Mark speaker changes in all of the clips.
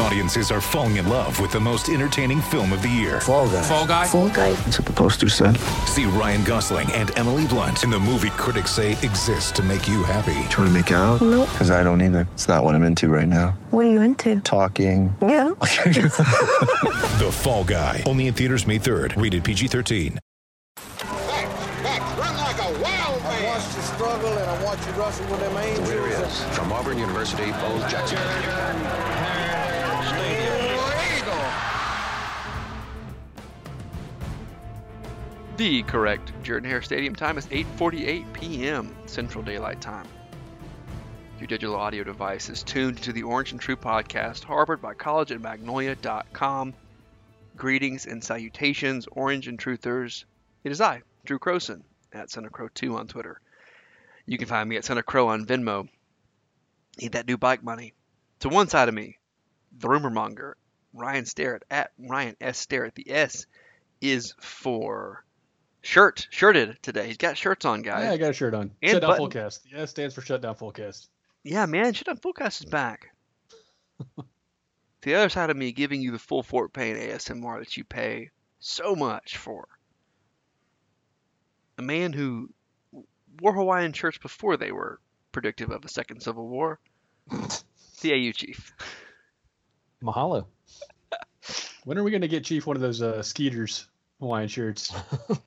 Speaker 1: Audiences are falling in love with the most entertaining film of the year.
Speaker 2: Fall guy.
Speaker 1: Fall guy.
Speaker 3: Full guy.
Speaker 2: That's what the poster said.
Speaker 1: See Ryan Gosling and Emily Blunt in the movie critics say exists to make you happy.
Speaker 2: Trying to make it out? No. Because I don't either. It's not what I'm into right now.
Speaker 3: What are you into?
Speaker 2: Talking.
Speaker 3: Yeah.
Speaker 1: The Fall Guy. Only in theaters May 3rd. Rated PG-13.
Speaker 4: back, back, run like a wild man.
Speaker 5: I watched you struggle and I watched you wrestle with them angels.
Speaker 6: From Auburn University, Bo Jackson.
Speaker 7: The correct Jordan Hare Stadium time is 8:48 p.m. Central Daylight Time. Your digital audio device is tuned to the Orange and True podcast, harbored by college at magnolia.com. Greetings and salutations, Orange and Truthers. It is I, Drew Croson, at Santa Crow 2 on Twitter. You can find me at Santa Crow on Venmo. Need that new bike money. To one side of me, the rumor monger, Ryan Starrett at Ryan S. Starrett. The S is for shirt shirted today. He's got shirts on, guys.
Speaker 8: Yeah, I got a shirt on.
Speaker 7: And
Speaker 8: Shut down
Speaker 7: button.
Speaker 8: Fullcast. Yeah, it stands for Shut Down Fullcast.
Speaker 7: Yeah, man, shit on Fullcast is back. the other side of me giving you the full Fort Payne ASMR that you pay so much for. A man who wore Hawaiian shirts before they were predictive of a second civil war. the AU chief.
Speaker 8: Mahalo. when are we going to get Chief one of those uh, Skeeters Hawaiian shirts?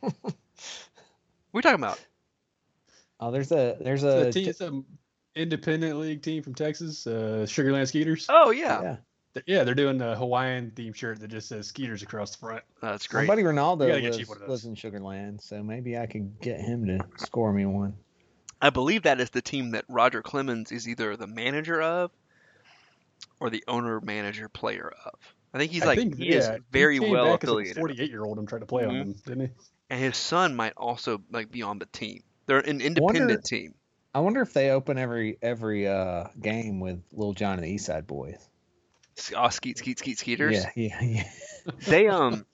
Speaker 9: Uh,
Speaker 7: What are you talking about?
Speaker 9: Oh, there's a there's
Speaker 8: It's a
Speaker 9: a
Speaker 8: team, it's an independent league team from Texas, uh, Sugarland Skeeters.
Speaker 7: Oh, yeah.
Speaker 9: yeah.
Speaker 8: Th- Yeah, they're doing a Hawaiian themed shirt that just says Skeeters across the front.
Speaker 7: That's
Speaker 9: My
Speaker 7: great.
Speaker 9: buddy
Speaker 8: gotta
Speaker 9: Ronaldo
Speaker 8: get
Speaker 9: lives,
Speaker 8: you one of
Speaker 9: lives in Sugarland, so maybe I could get him to score me one.
Speaker 7: I believe that is the team that Roger Clemens is either the manager of or the owner, manager, player of. I think he's like he is
Speaker 8: yeah, he
Speaker 7: very
Speaker 8: came
Speaker 7: well
Speaker 8: back as, like,
Speaker 7: affiliated.
Speaker 8: 48 year old, I'm trying to play on
Speaker 7: Mhm.
Speaker 8: him, didn't he?
Speaker 7: and his son might also like be on the team. They're an
Speaker 9: wonder-
Speaker 7: independent team.
Speaker 9: I wonder if they open every every uh game with Little John and the East Side Boys.
Speaker 7: S- Oh, skeet, skeet, skeet, skeeters.
Speaker 9: Yeah, yeah, yeah.
Speaker 7: They um,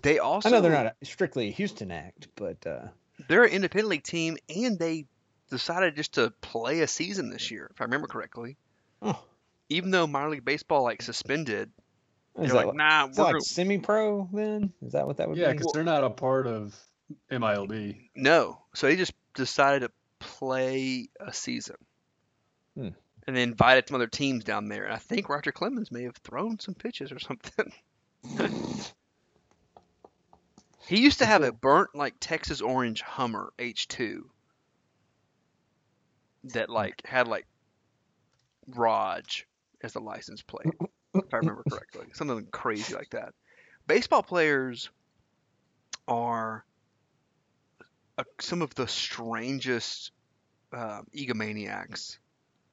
Speaker 7: they also
Speaker 9: I know they're not a, strictly a Houston act, but uh
Speaker 7: They're an independent league team, and they decided just to play a season this year, if I remember correctly.
Speaker 9: oh,
Speaker 7: Even though minor league baseball like suspended,
Speaker 9: is
Speaker 7: they're
Speaker 9: that
Speaker 7: like,
Speaker 9: like,
Speaker 7: nah,
Speaker 9: is that
Speaker 7: we're
Speaker 9: like semi-pro then? Is that what that would
Speaker 8: Yeah,
Speaker 9: be?
Speaker 8: because they're not a part of MILB.
Speaker 7: No. So they just decided to play a season.
Speaker 9: Hmm.
Speaker 7: And they invited some other teams down there. And I think Roger Clemens may have thrown some pitches or something. he used to have a burnt, like, Texas Orange Hummer H2 that, like, had, like, Raj as the license plate, if I remember correctly. Something crazy like that. Baseball players are uh, some of the strangest uh, egomaniacs.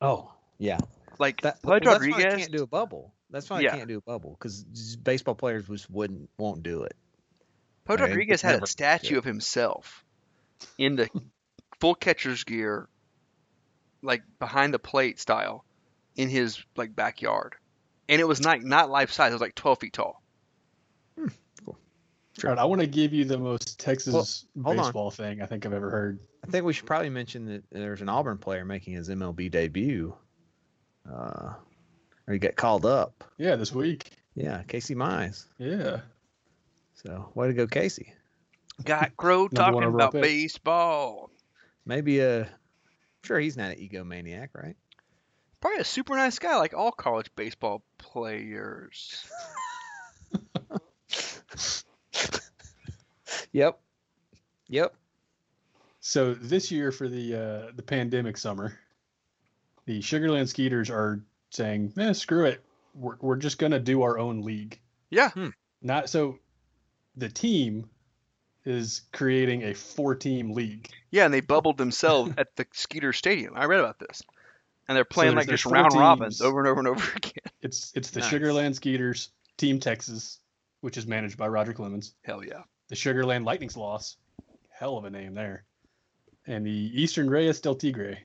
Speaker 9: Oh, yeah.
Speaker 7: Like
Speaker 9: That, well,
Speaker 7: Pudge
Speaker 9: that's why I
Speaker 7: Rodriguez.
Speaker 9: can't do a bubble. That's why
Speaker 7: Yeah.
Speaker 9: I can't do a bubble because baseball players just wouldn't won't do it.
Speaker 7: Pudge
Speaker 9: I mean,
Speaker 7: Rodriguez
Speaker 9: it's
Speaker 7: had
Speaker 9: never-
Speaker 7: a statue of himself in the full catcher's gear, like behind the plate style, in his like backyard, and it was not not life size. It was like twelve feet tall.
Speaker 8: All right, I want to give you the most Texas
Speaker 9: hold on.
Speaker 8: baseball thing I think I've ever heard.
Speaker 9: I think we should probably mention that there's an Auburn player making his MLB debut. Uh, or he got called up.
Speaker 8: Yeah, this week.
Speaker 9: Yeah, Casey Mize.
Speaker 8: Yeah.
Speaker 9: So way to go, Casey.
Speaker 7: Got Crow
Speaker 8: Number one
Speaker 7: talking
Speaker 8: overall
Speaker 7: about
Speaker 8: pick.
Speaker 7: baseball.
Speaker 9: Maybe uh, I'm sure he's not an egomaniac, right?
Speaker 7: Probably a super nice guy, like all college baseball players.
Speaker 9: Yep. Yep.
Speaker 8: So this year for the uh, the pandemic summer, the Sugarland Skeeters are saying, "Man, screw it. We're we're just gonna do our own league."
Speaker 7: Yeah,
Speaker 8: Not so. The team is creating a four-team league.
Speaker 7: yeah, and they bubbled themselves at the Skeeter Stadium. I read about this, and they're playing
Speaker 8: there's-
Speaker 7: like
Speaker 8: there's
Speaker 7: just
Speaker 8: four
Speaker 7: round robins
Speaker 8: teams.
Speaker 7: over and over and over again.
Speaker 8: It's it's the
Speaker 7: Nice.
Speaker 8: Sugarland Skeeters Team Texas, which is managed by Roger Clemens.
Speaker 7: Hell yeah.
Speaker 8: The Sugarland Lightning's loss, hell of a name there, and the Eastern Reyes del Tigre.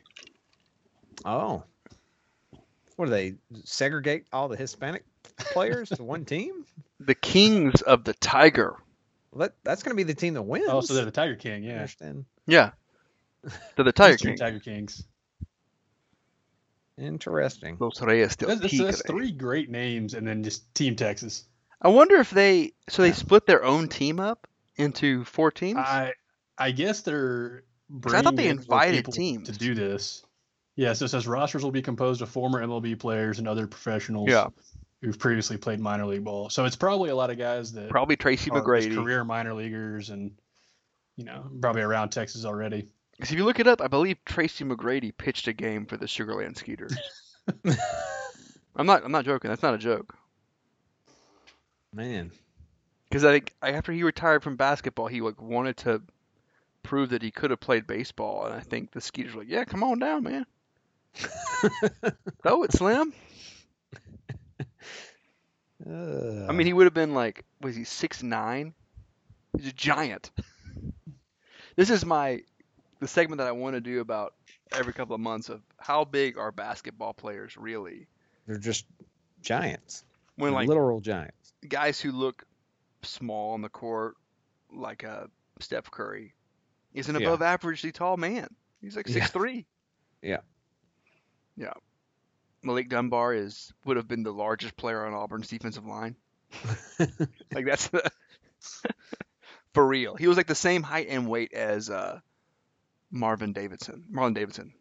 Speaker 9: Oh. What do they segregate all the Hispanic players to one team?
Speaker 7: the kings of the tiger
Speaker 9: Well, that, that's going to be the team that wins.
Speaker 8: Oh, so they're the Tiger King,
Speaker 9: I
Speaker 8: yeah.
Speaker 9: understand.
Speaker 7: Yeah. To the Tiger
Speaker 8: Those two
Speaker 7: King.
Speaker 8: Tiger Kings.
Speaker 9: Interesting.
Speaker 7: Los Reyes del
Speaker 8: That's, that's, that's
Speaker 7: Tigre.
Speaker 8: three great names, and then just Team Texas.
Speaker 7: I wonder if they so they split their own team up into four teams.
Speaker 8: I I guess they're.
Speaker 7: I thought
Speaker 8: bringing
Speaker 7: they
Speaker 8: in more
Speaker 7: invited
Speaker 8: people
Speaker 7: teams.
Speaker 8: to do this. Yeah, so it says rosters will be composed of former MLB players and other professionals
Speaker 7: Yeah.
Speaker 8: who've previously played minor league ball. So it's probably a lot of guys that
Speaker 7: Probably Tracy
Speaker 8: are just
Speaker 7: McGrady.
Speaker 8: Oh, career minor leaguers and you know probably around Texas already.
Speaker 7: Because if you look it up, I believe Tracy McGrady pitched a game for the Sugarland Skeeters. I'm not. I'm not joking. That's not a joke.
Speaker 9: Man.
Speaker 7: Because I think I- after he retired from basketball, he like wanted to prove that he could have played baseball, and I think the Skeeters were like, "Yeah, come on down, man. Throw it, Slim." I mean, he would have been like, was he six nine? He's a giant. This is my the segment that I want to do about every couple of months of how big are basketball players really?
Speaker 9: they're just giants.
Speaker 7: When like
Speaker 9: literal giants.
Speaker 7: guys who look small on the court, like uh, Steph Curry, is an
Speaker 9: Yeah.
Speaker 7: above averagely tall man. He's like
Speaker 9: Yeah.
Speaker 7: six three.
Speaker 9: Yeah.
Speaker 7: Yeah. Malik Dunbar is would have been the largest player on Auburn's defensive line. like that's the, for real. He was like the same height and weight as uh, Marvin Davidson, Marlon Davidson.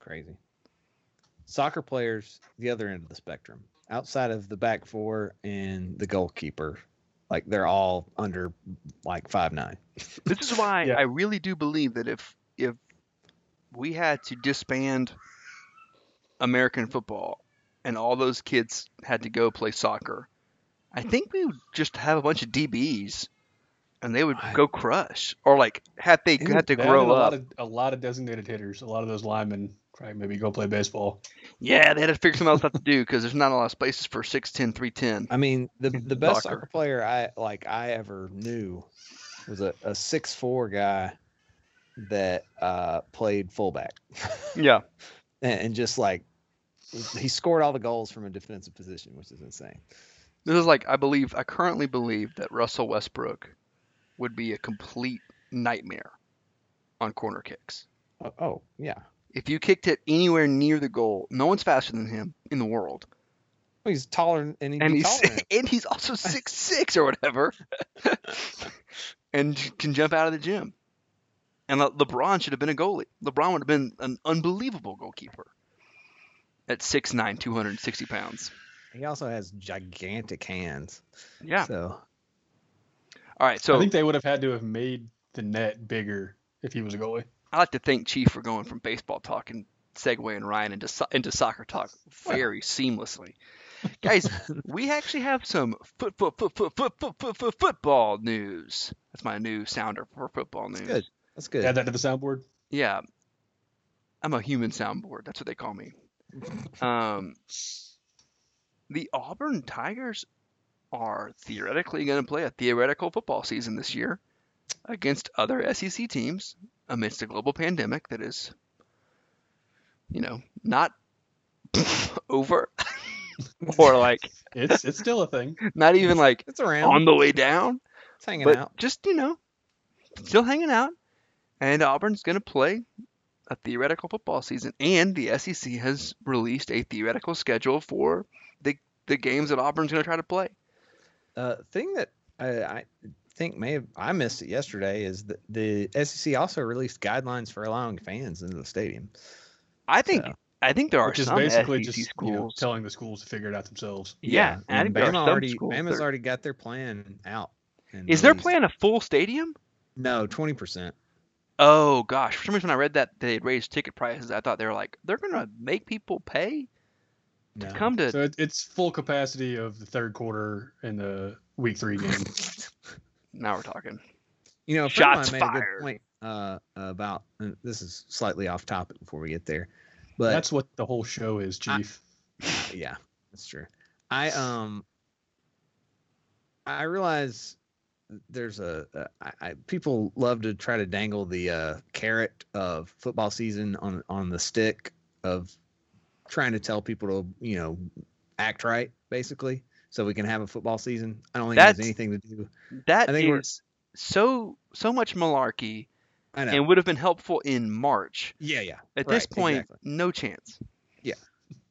Speaker 9: Crazy. Soccer players, the other end of the spectrum, outside of the back four and the goalkeeper, like they're all under like five nine.
Speaker 7: This is why
Speaker 8: Yeah.
Speaker 7: I really do believe that if if we had to disband American football and all those kids had to go play soccer, I think we would just have a bunch of DBs and they would go crush. Or like had they
Speaker 9: Ooh,
Speaker 7: had to
Speaker 8: That and
Speaker 7: grow
Speaker 8: a lot
Speaker 7: up.
Speaker 8: of a lot of designated hitters. A lot of those linemen probably maybe go play baseball.
Speaker 7: Yeah, they had to figure something else out to do because there's not a lot of spaces for 6'10", 310.
Speaker 9: I mean, the the best
Speaker 7: Soccer.
Speaker 9: soccer, player I like I ever knew was a, a six four guy that uh, played fullback
Speaker 7: Yeah.
Speaker 9: and, and just like he scored all the goals from a defensive position, which is insane.
Speaker 7: This is like I believe I currently believe that Russell Westbrook would be a complete nightmare on corner kicks.
Speaker 9: Oh, oh yeah,
Speaker 7: If you kicked it anywhere near the goal, no one's faster than him in the world.
Speaker 9: well, he's taller and, he'd
Speaker 7: And
Speaker 9: be
Speaker 7: he's
Speaker 9: taller than
Speaker 7: and he's also six six or whatever, and j- can jump out of the gym. And Le- LeBron should have been a goalie. LeBron would have been an unbelievable goalkeeper at 6'9", 260 pounds.
Speaker 9: He also has gigantic hands.
Speaker 7: Yeah.
Speaker 9: So
Speaker 7: All right.
Speaker 8: I
Speaker 7: So
Speaker 8: think they would have had to have made the net bigger if he was a goalie.
Speaker 7: I like to thank Chief for going from baseball talk and segueing Ryan into so- into soccer talk very seamlessly. Guys, we actually have some foot foot foot foot foot foot foot, foot football news. That's my new sounder for football news.
Speaker 9: good. that's good.
Speaker 8: Add that to the soundboard.
Speaker 7: Yeah, I'm a human soundboard. That's what they call me. Um, the Auburn Tigers are theoretically going to play a theoretical football season this year against other SEC teams amidst a global pandemic that is, you know, not over or like
Speaker 8: It's it's still a thing.
Speaker 7: not even like
Speaker 9: it's around.
Speaker 7: on the way down
Speaker 9: it's hanging
Speaker 7: but
Speaker 9: out.
Speaker 7: just you know, still hanging out. And Auburn's going to play a theoretical football season, and the SEC has released a theoretical schedule for the the games that Auburn's going to try to play.
Speaker 9: Uh, thing that I, I think may have I missed it yesterday is that the SEC also released guidelines for allowing fans into the stadium.
Speaker 7: I think
Speaker 9: So-
Speaker 7: I think there are
Speaker 8: Which is
Speaker 7: some
Speaker 8: basically
Speaker 7: SEC
Speaker 8: just you
Speaker 7: E schools.
Speaker 8: know, telling the schools to figure it out themselves.
Speaker 7: yeah, and I
Speaker 9: and
Speaker 7: think there are
Speaker 9: Bama
Speaker 7: some
Speaker 9: already
Speaker 7: schools
Speaker 9: Bama's
Speaker 7: that-
Speaker 9: already got their plan out. and
Speaker 7: Is their
Speaker 9: released.
Speaker 7: plan a full stadium?
Speaker 9: No, twenty percent.
Speaker 7: Oh gosh, for some reason when I read that they had raised ticket prices, I thought they were like they're going to make people pay to
Speaker 9: No.
Speaker 7: come to.
Speaker 8: So it, it's full capacity of the third quarter in the week three game.
Speaker 7: now we're talking.
Speaker 9: You know, a friend of
Speaker 7: Shots
Speaker 9: mine made a
Speaker 7: fired.
Speaker 9: good point uh, about and this is slightly off topic before we get there, but
Speaker 8: That's what the whole show is, Chief.
Speaker 9: yeah, that's true. I um, I realize there's a, a I, I people love to try to dangle the uh, carrot of football season on on the stick of trying to tell people to you know act right basically so we can have a football season. I don't think it
Speaker 7: That's-
Speaker 9: has anything to do.
Speaker 7: That
Speaker 9: I
Speaker 7: is
Speaker 9: think we're-
Speaker 7: so so much malarkey
Speaker 9: I know.
Speaker 7: and would have been helpful in March.
Speaker 9: yeah, yeah. Right,
Speaker 7: At this point,
Speaker 9: exactly.
Speaker 7: no chance.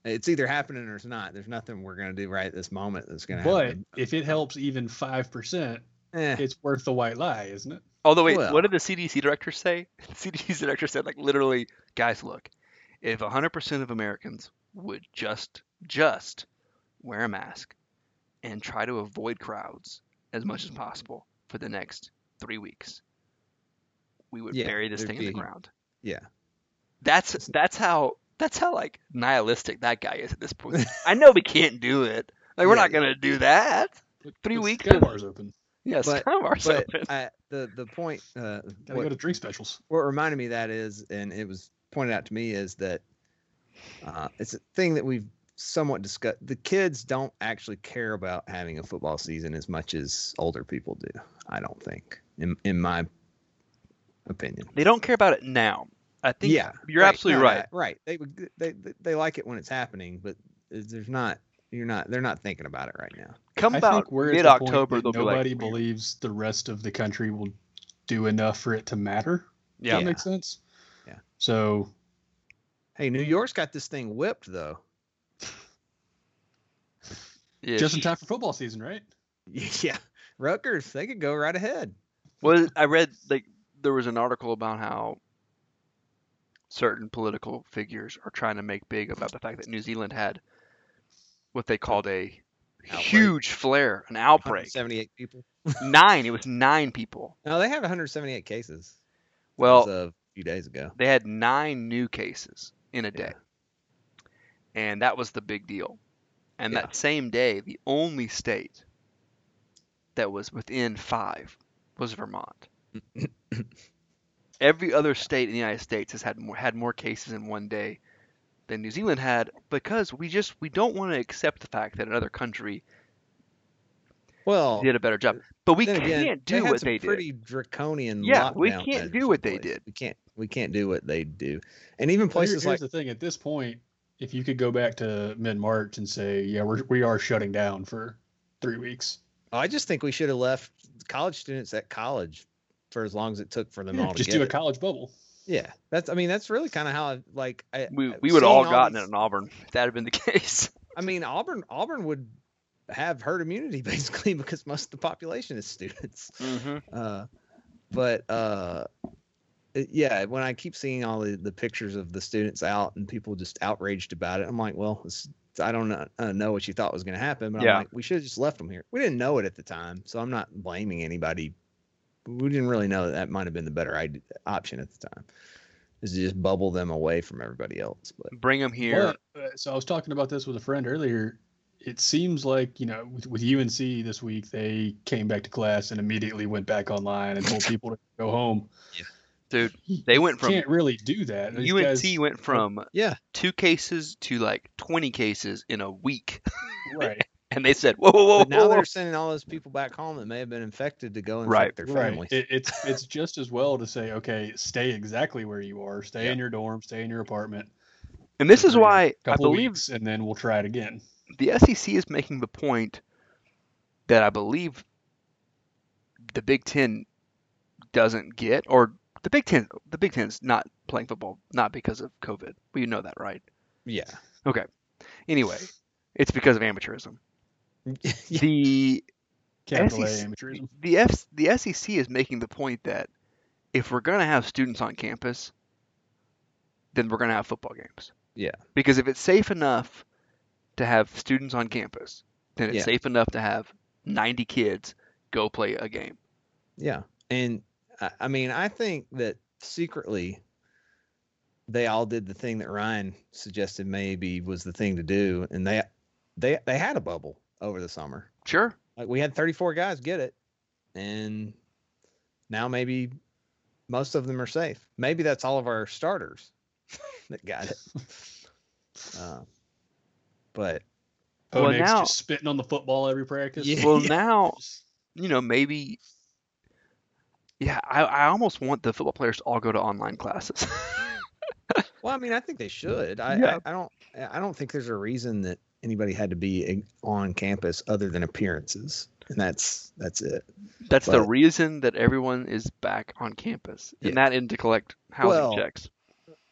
Speaker 9: it's either happening or it's not. There's nothing we're gonna do right at this moment that's gonna
Speaker 8: But
Speaker 9: happen.
Speaker 8: if it helps even five percent,
Speaker 9: Eh,
Speaker 8: it's worth the white lie, isn't it?
Speaker 7: Although, wait,
Speaker 9: Well.
Speaker 7: what did the CDC director say? The CDC director said, like, literally, guys, look, if 100% of Americans would just, just wear a mask and try to avoid crowds as much as possible for the next three weeks, we would
Speaker 9: Yeah,
Speaker 7: bury this
Speaker 9: there'd
Speaker 7: thing in the
Speaker 9: be-
Speaker 7: ground.
Speaker 9: yeah.
Speaker 7: That's that's how that's how like nihilistic that guy is at this point. I know we can't do it. Like we're
Speaker 9: Yeah,
Speaker 7: not gonna do that. Three
Speaker 8: But
Speaker 7: weeks
Speaker 8: Sky
Speaker 7: is-
Speaker 8: bars open.
Speaker 7: Yes,
Speaker 9: But-
Speaker 7: kind of our
Speaker 9: but
Speaker 7: self-
Speaker 9: I, the the point uh,
Speaker 8: Gotta
Speaker 9: what,
Speaker 8: go to drink specials.
Speaker 9: what reminded me of that is, and it was pointed out to me is that uh, it's a thing that we've somewhat discussed. The kids don't actually care about having a football season as much as older people do. I don't think, in in my opinion.
Speaker 7: They don't care about it now. I think
Speaker 9: yeah,
Speaker 7: you're absolutely
Speaker 9: No,
Speaker 7: right.
Speaker 9: yeah, Right. They would. They they- they like it when it's happening, but there's not. You're not. They're not thinking about it right now.
Speaker 7: Come
Speaker 8: I
Speaker 7: about
Speaker 8: think we're at the point
Speaker 7: mid-October,
Speaker 8: that
Speaker 7: they'll
Speaker 8: nobody
Speaker 7: be like,
Speaker 8: believes the rest of the country will do enough for it to matter.
Speaker 7: yeah,
Speaker 8: That makes sense.
Speaker 9: Yeah.
Speaker 8: So
Speaker 9: Hey, New York's got this thing whipped though.
Speaker 7: yeah.
Speaker 8: just in time for football season, right?
Speaker 9: Yeah. Rutgers, they could go right ahead.
Speaker 7: Well, I read like there was an article about how certain political figures are trying to make big about the fact that New Zealand had what they called a
Speaker 9: Outbreak.
Speaker 7: huge flare, an outbreak.
Speaker 9: 78 people.
Speaker 7: Nine. It was nine people.
Speaker 9: No, they have 178 cases.
Speaker 7: Well,
Speaker 9: as of a few days ago.
Speaker 7: they had nine new cases in a day. And that was the big deal. And
Speaker 9: Yeah.
Speaker 7: that same day, the only state that was within five was Vermont. Every other state in the United States has had more had more cases in one day than New Zealand had because we just we don't want to accept the fact that another country
Speaker 9: Well,
Speaker 7: did a better job. But we
Speaker 9: then
Speaker 7: can't
Speaker 9: again,
Speaker 7: do
Speaker 9: had
Speaker 7: what
Speaker 9: some
Speaker 7: they did.
Speaker 9: pretty draconian.
Speaker 7: Yeah, we
Speaker 9: lockdown
Speaker 7: can't
Speaker 9: measures
Speaker 7: do what
Speaker 9: in
Speaker 7: they
Speaker 9: place.
Speaker 7: did.
Speaker 9: We can't. We can't do what they do. And even
Speaker 8: Well, here-
Speaker 9: places
Speaker 8: here's
Speaker 9: like
Speaker 8: the thing: at this point, if you could go back to mid-March and say, "Yeah, we're we are shutting down for three weeks,"
Speaker 9: oh, I just think we should have left college students at college for as long as it took for them
Speaker 8: Yeah,
Speaker 9: all to
Speaker 8: just
Speaker 9: get
Speaker 8: do a
Speaker 9: it.
Speaker 8: college bubble.
Speaker 9: yeah, that's. I mean, that's really kind of how I, like I,
Speaker 7: We,
Speaker 9: I-
Speaker 7: we would have
Speaker 9: seeing
Speaker 7: all gotten
Speaker 9: these-
Speaker 7: it in Auburn if that had been the case.
Speaker 9: I mean, Auburn Auburn would have herd immunity basically because most of the population is students.
Speaker 7: Mm-hmm.
Speaker 9: Uh, but uh, it- yeah, when I keep seeing all the, the pictures of the students out and people just outraged about it, I'm like, well, it's, I don't know, uh, know what you thought was going to happen, but
Speaker 7: Yeah.
Speaker 9: I'm like, we should have just left them here. We didn't know it at the time, so I'm not blaming anybody. We didn't really know that that might have been the better id- option at the time, is to just bubble them away from everybody else. But
Speaker 7: Bring them here.
Speaker 8: But, uh, so I was talking about this with a friend earlier. It seems like you know, with, with UNC this week, they came back to class and immediately went back online and told people to go home.
Speaker 7: Dude, they went from
Speaker 8: Can't really do that. These
Speaker 7: UNT
Speaker 8: guys-
Speaker 7: went from
Speaker 9: yeah,
Speaker 7: two cases to like 20 cases in a week.
Speaker 8: right.
Speaker 7: And they said, whoa, whoa, whoa.
Speaker 9: but now
Speaker 7: whoa, whoa.
Speaker 9: they're sending all those people back home that may have been infected to go infect
Speaker 7: Oh. Right,
Speaker 9: their
Speaker 8: Right.
Speaker 9: families.
Speaker 8: It, it's it's just as well to say, okay, stay exactly where you are. Stay
Speaker 9: Yeah.
Speaker 8: in your dorm. Stay in your apartment.
Speaker 7: And this is
Speaker 8: for
Speaker 7: why I
Speaker 8: couple
Speaker 7: believe
Speaker 8: weeks, and then we'll try it again.
Speaker 7: the SEC is making the point that I believe the Big Ten doesn't get, or the Big Ten, the Big Ten's not playing football, not because of COVID. Well, you know that, right?
Speaker 9: yeah.
Speaker 7: Anyway, it's because of amateurism.
Speaker 9: Yeah.
Speaker 7: The
Speaker 8: Capital A
Speaker 7: SEC
Speaker 8: amateurism.
Speaker 7: E the F, the SEC is making the point that if we're going to have students on campus, then we're going to have football games.
Speaker 9: Yeah.
Speaker 7: Because if it's safe enough to have students on campus, then it's
Speaker 9: Yeah.
Speaker 7: safe enough to have 90 kids go play a game.
Speaker 9: Yeah. And I, I mean, I think that secretly they all did the thing that Ryan suggested maybe was the thing to do. And they, they, they had a bubble over the summer.
Speaker 7: Sure.
Speaker 9: Like we had 34 guys get it. And now maybe most of them are safe. Maybe that's all of our starters that got it. uh, but
Speaker 7: Well,
Speaker 8: Well,
Speaker 7: now-
Speaker 8: just spitting on the football every practice.
Speaker 9: Yeah.
Speaker 7: Well, now, you know, maybe. Yeah, I, I almost want the football players to all go to online classes.
Speaker 9: Well, I mean, I think they should. I,
Speaker 7: Yeah.
Speaker 9: I, I don't. I don't think there's a reason that anybody had to be in- on campus other than appearances, and that's that's it.
Speaker 7: That's the
Speaker 9: But-
Speaker 7: reason that everyone is back on campus, and not in to collect housing
Speaker 9: Well,
Speaker 7: checks.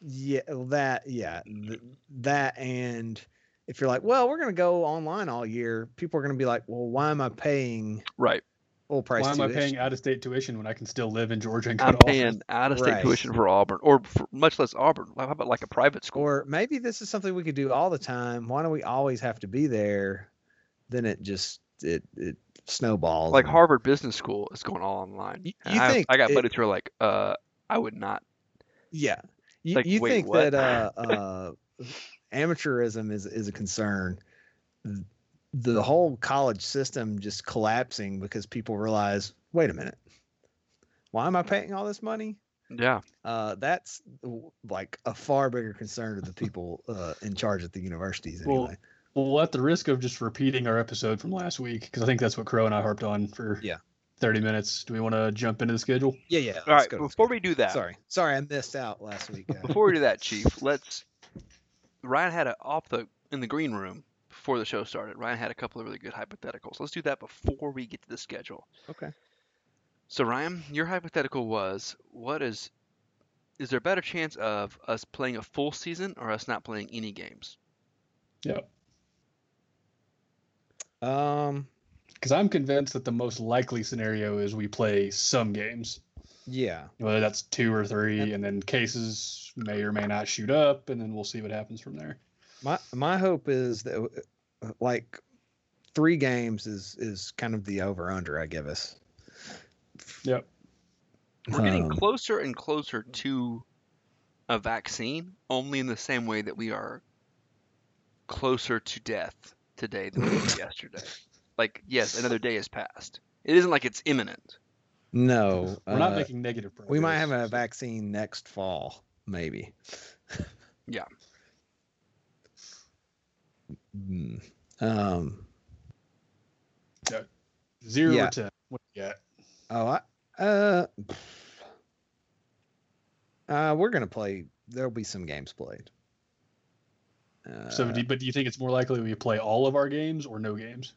Speaker 9: Yeah, well, that yeah, th- that and if you're like, well, we're gonna go online all year, people are gonna be like, well, why am I paying
Speaker 7: Right.
Speaker 9: full price?
Speaker 8: Why am I
Speaker 9: tuition?
Speaker 8: paying out of state tuition when I can still live in Georgia and
Speaker 7: I'm
Speaker 8: cut off?
Speaker 7: paying out of state
Speaker 9: Right.
Speaker 7: tuition for Auburn, or for much less Auburn. How about like a private school?
Speaker 9: Or maybe this is something we could do all the time. Why do we always have to be there? Then it just it it snowballs.
Speaker 7: like
Speaker 9: and-
Speaker 7: Harvard Business School is going all online.
Speaker 9: Y-
Speaker 7: And
Speaker 9: you
Speaker 7: I,
Speaker 9: think
Speaker 7: I got
Speaker 9: it-
Speaker 7: buddies who are like, uh, I would not.
Speaker 9: Yeah. You,
Speaker 7: like,
Speaker 9: you
Speaker 7: wait,
Speaker 9: think
Speaker 7: what?
Speaker 9: that uh, uh, amateurism is, is a concern. Th- The whole college system just collapsing because people realize, wait a minute, why am I paying all this money?
Speaker 7: Yeah.
Speaker 9: Uh, that's w- like a far bigger concern of the people uh, in charge at the universities. Anyway.
Speaker 8: Well, Well, at the risk of just repeating our episode from last week, because I think that's what Crow and I harped on for
Speaker 9: Yeah.
Speaker 8: 30 minutes, do we want to jump into the schedule?
Speaker 9: yeah, yeah.
Speaker 7: All right. Before we do that,
Speaker 9: sorry, sorry, I missed out last week. guys.
Speaker 7: before we do that, Chief, let's. Ryan had a off the in the green room before the show started. Ryan had a couple of really good hypotheticals. Let's do that before we get to the schedule.
Speaker 9: Okay.
Speaker 7: So Ryan, your hypothetical was: what is is there a better chance of us playing a full season or us not playing any games?
Speaker 8: Yep.
Speaker 9: Um,
Speaker 8: Because I'm convinced that the most likely scenario is we play some games,
Speaker 9: yeah,
Speaker 8: whether that's two or three, and then cases may or may not shoot up, and then we'll see what happens from there.
Speaker 9: my my hope is that uh, like three games is is kind of the over under I give us.
Speaker 8: Yep.
Speaker 7: We're
Speaker 9: Um,
Speaker 7: getting closer and closer to a vaccine, only in the same way that we are closer to death today than we were yesterday. Like, yes, another day has passed. It isn't like it's imminent.
Speaker 9: No,
Speaker 8: We're not
Speaker 9: uh,
Speaker 8: making negative progress.
Speaker 9: we might have a vaccine next fall, maybe.
Speaker 7: Yeah.
Speaker 9: Mm, Um.
Speaker 8: Zero
Speaker 9: yeah.
Speaker 8: or 10. What do you got?
Speaker 9: Oh, I, uh, uh, we're gonna play. There'll be some games played. Uh,
Speaker 8: So, do, but do you think it's more likely we play all of our games or no games?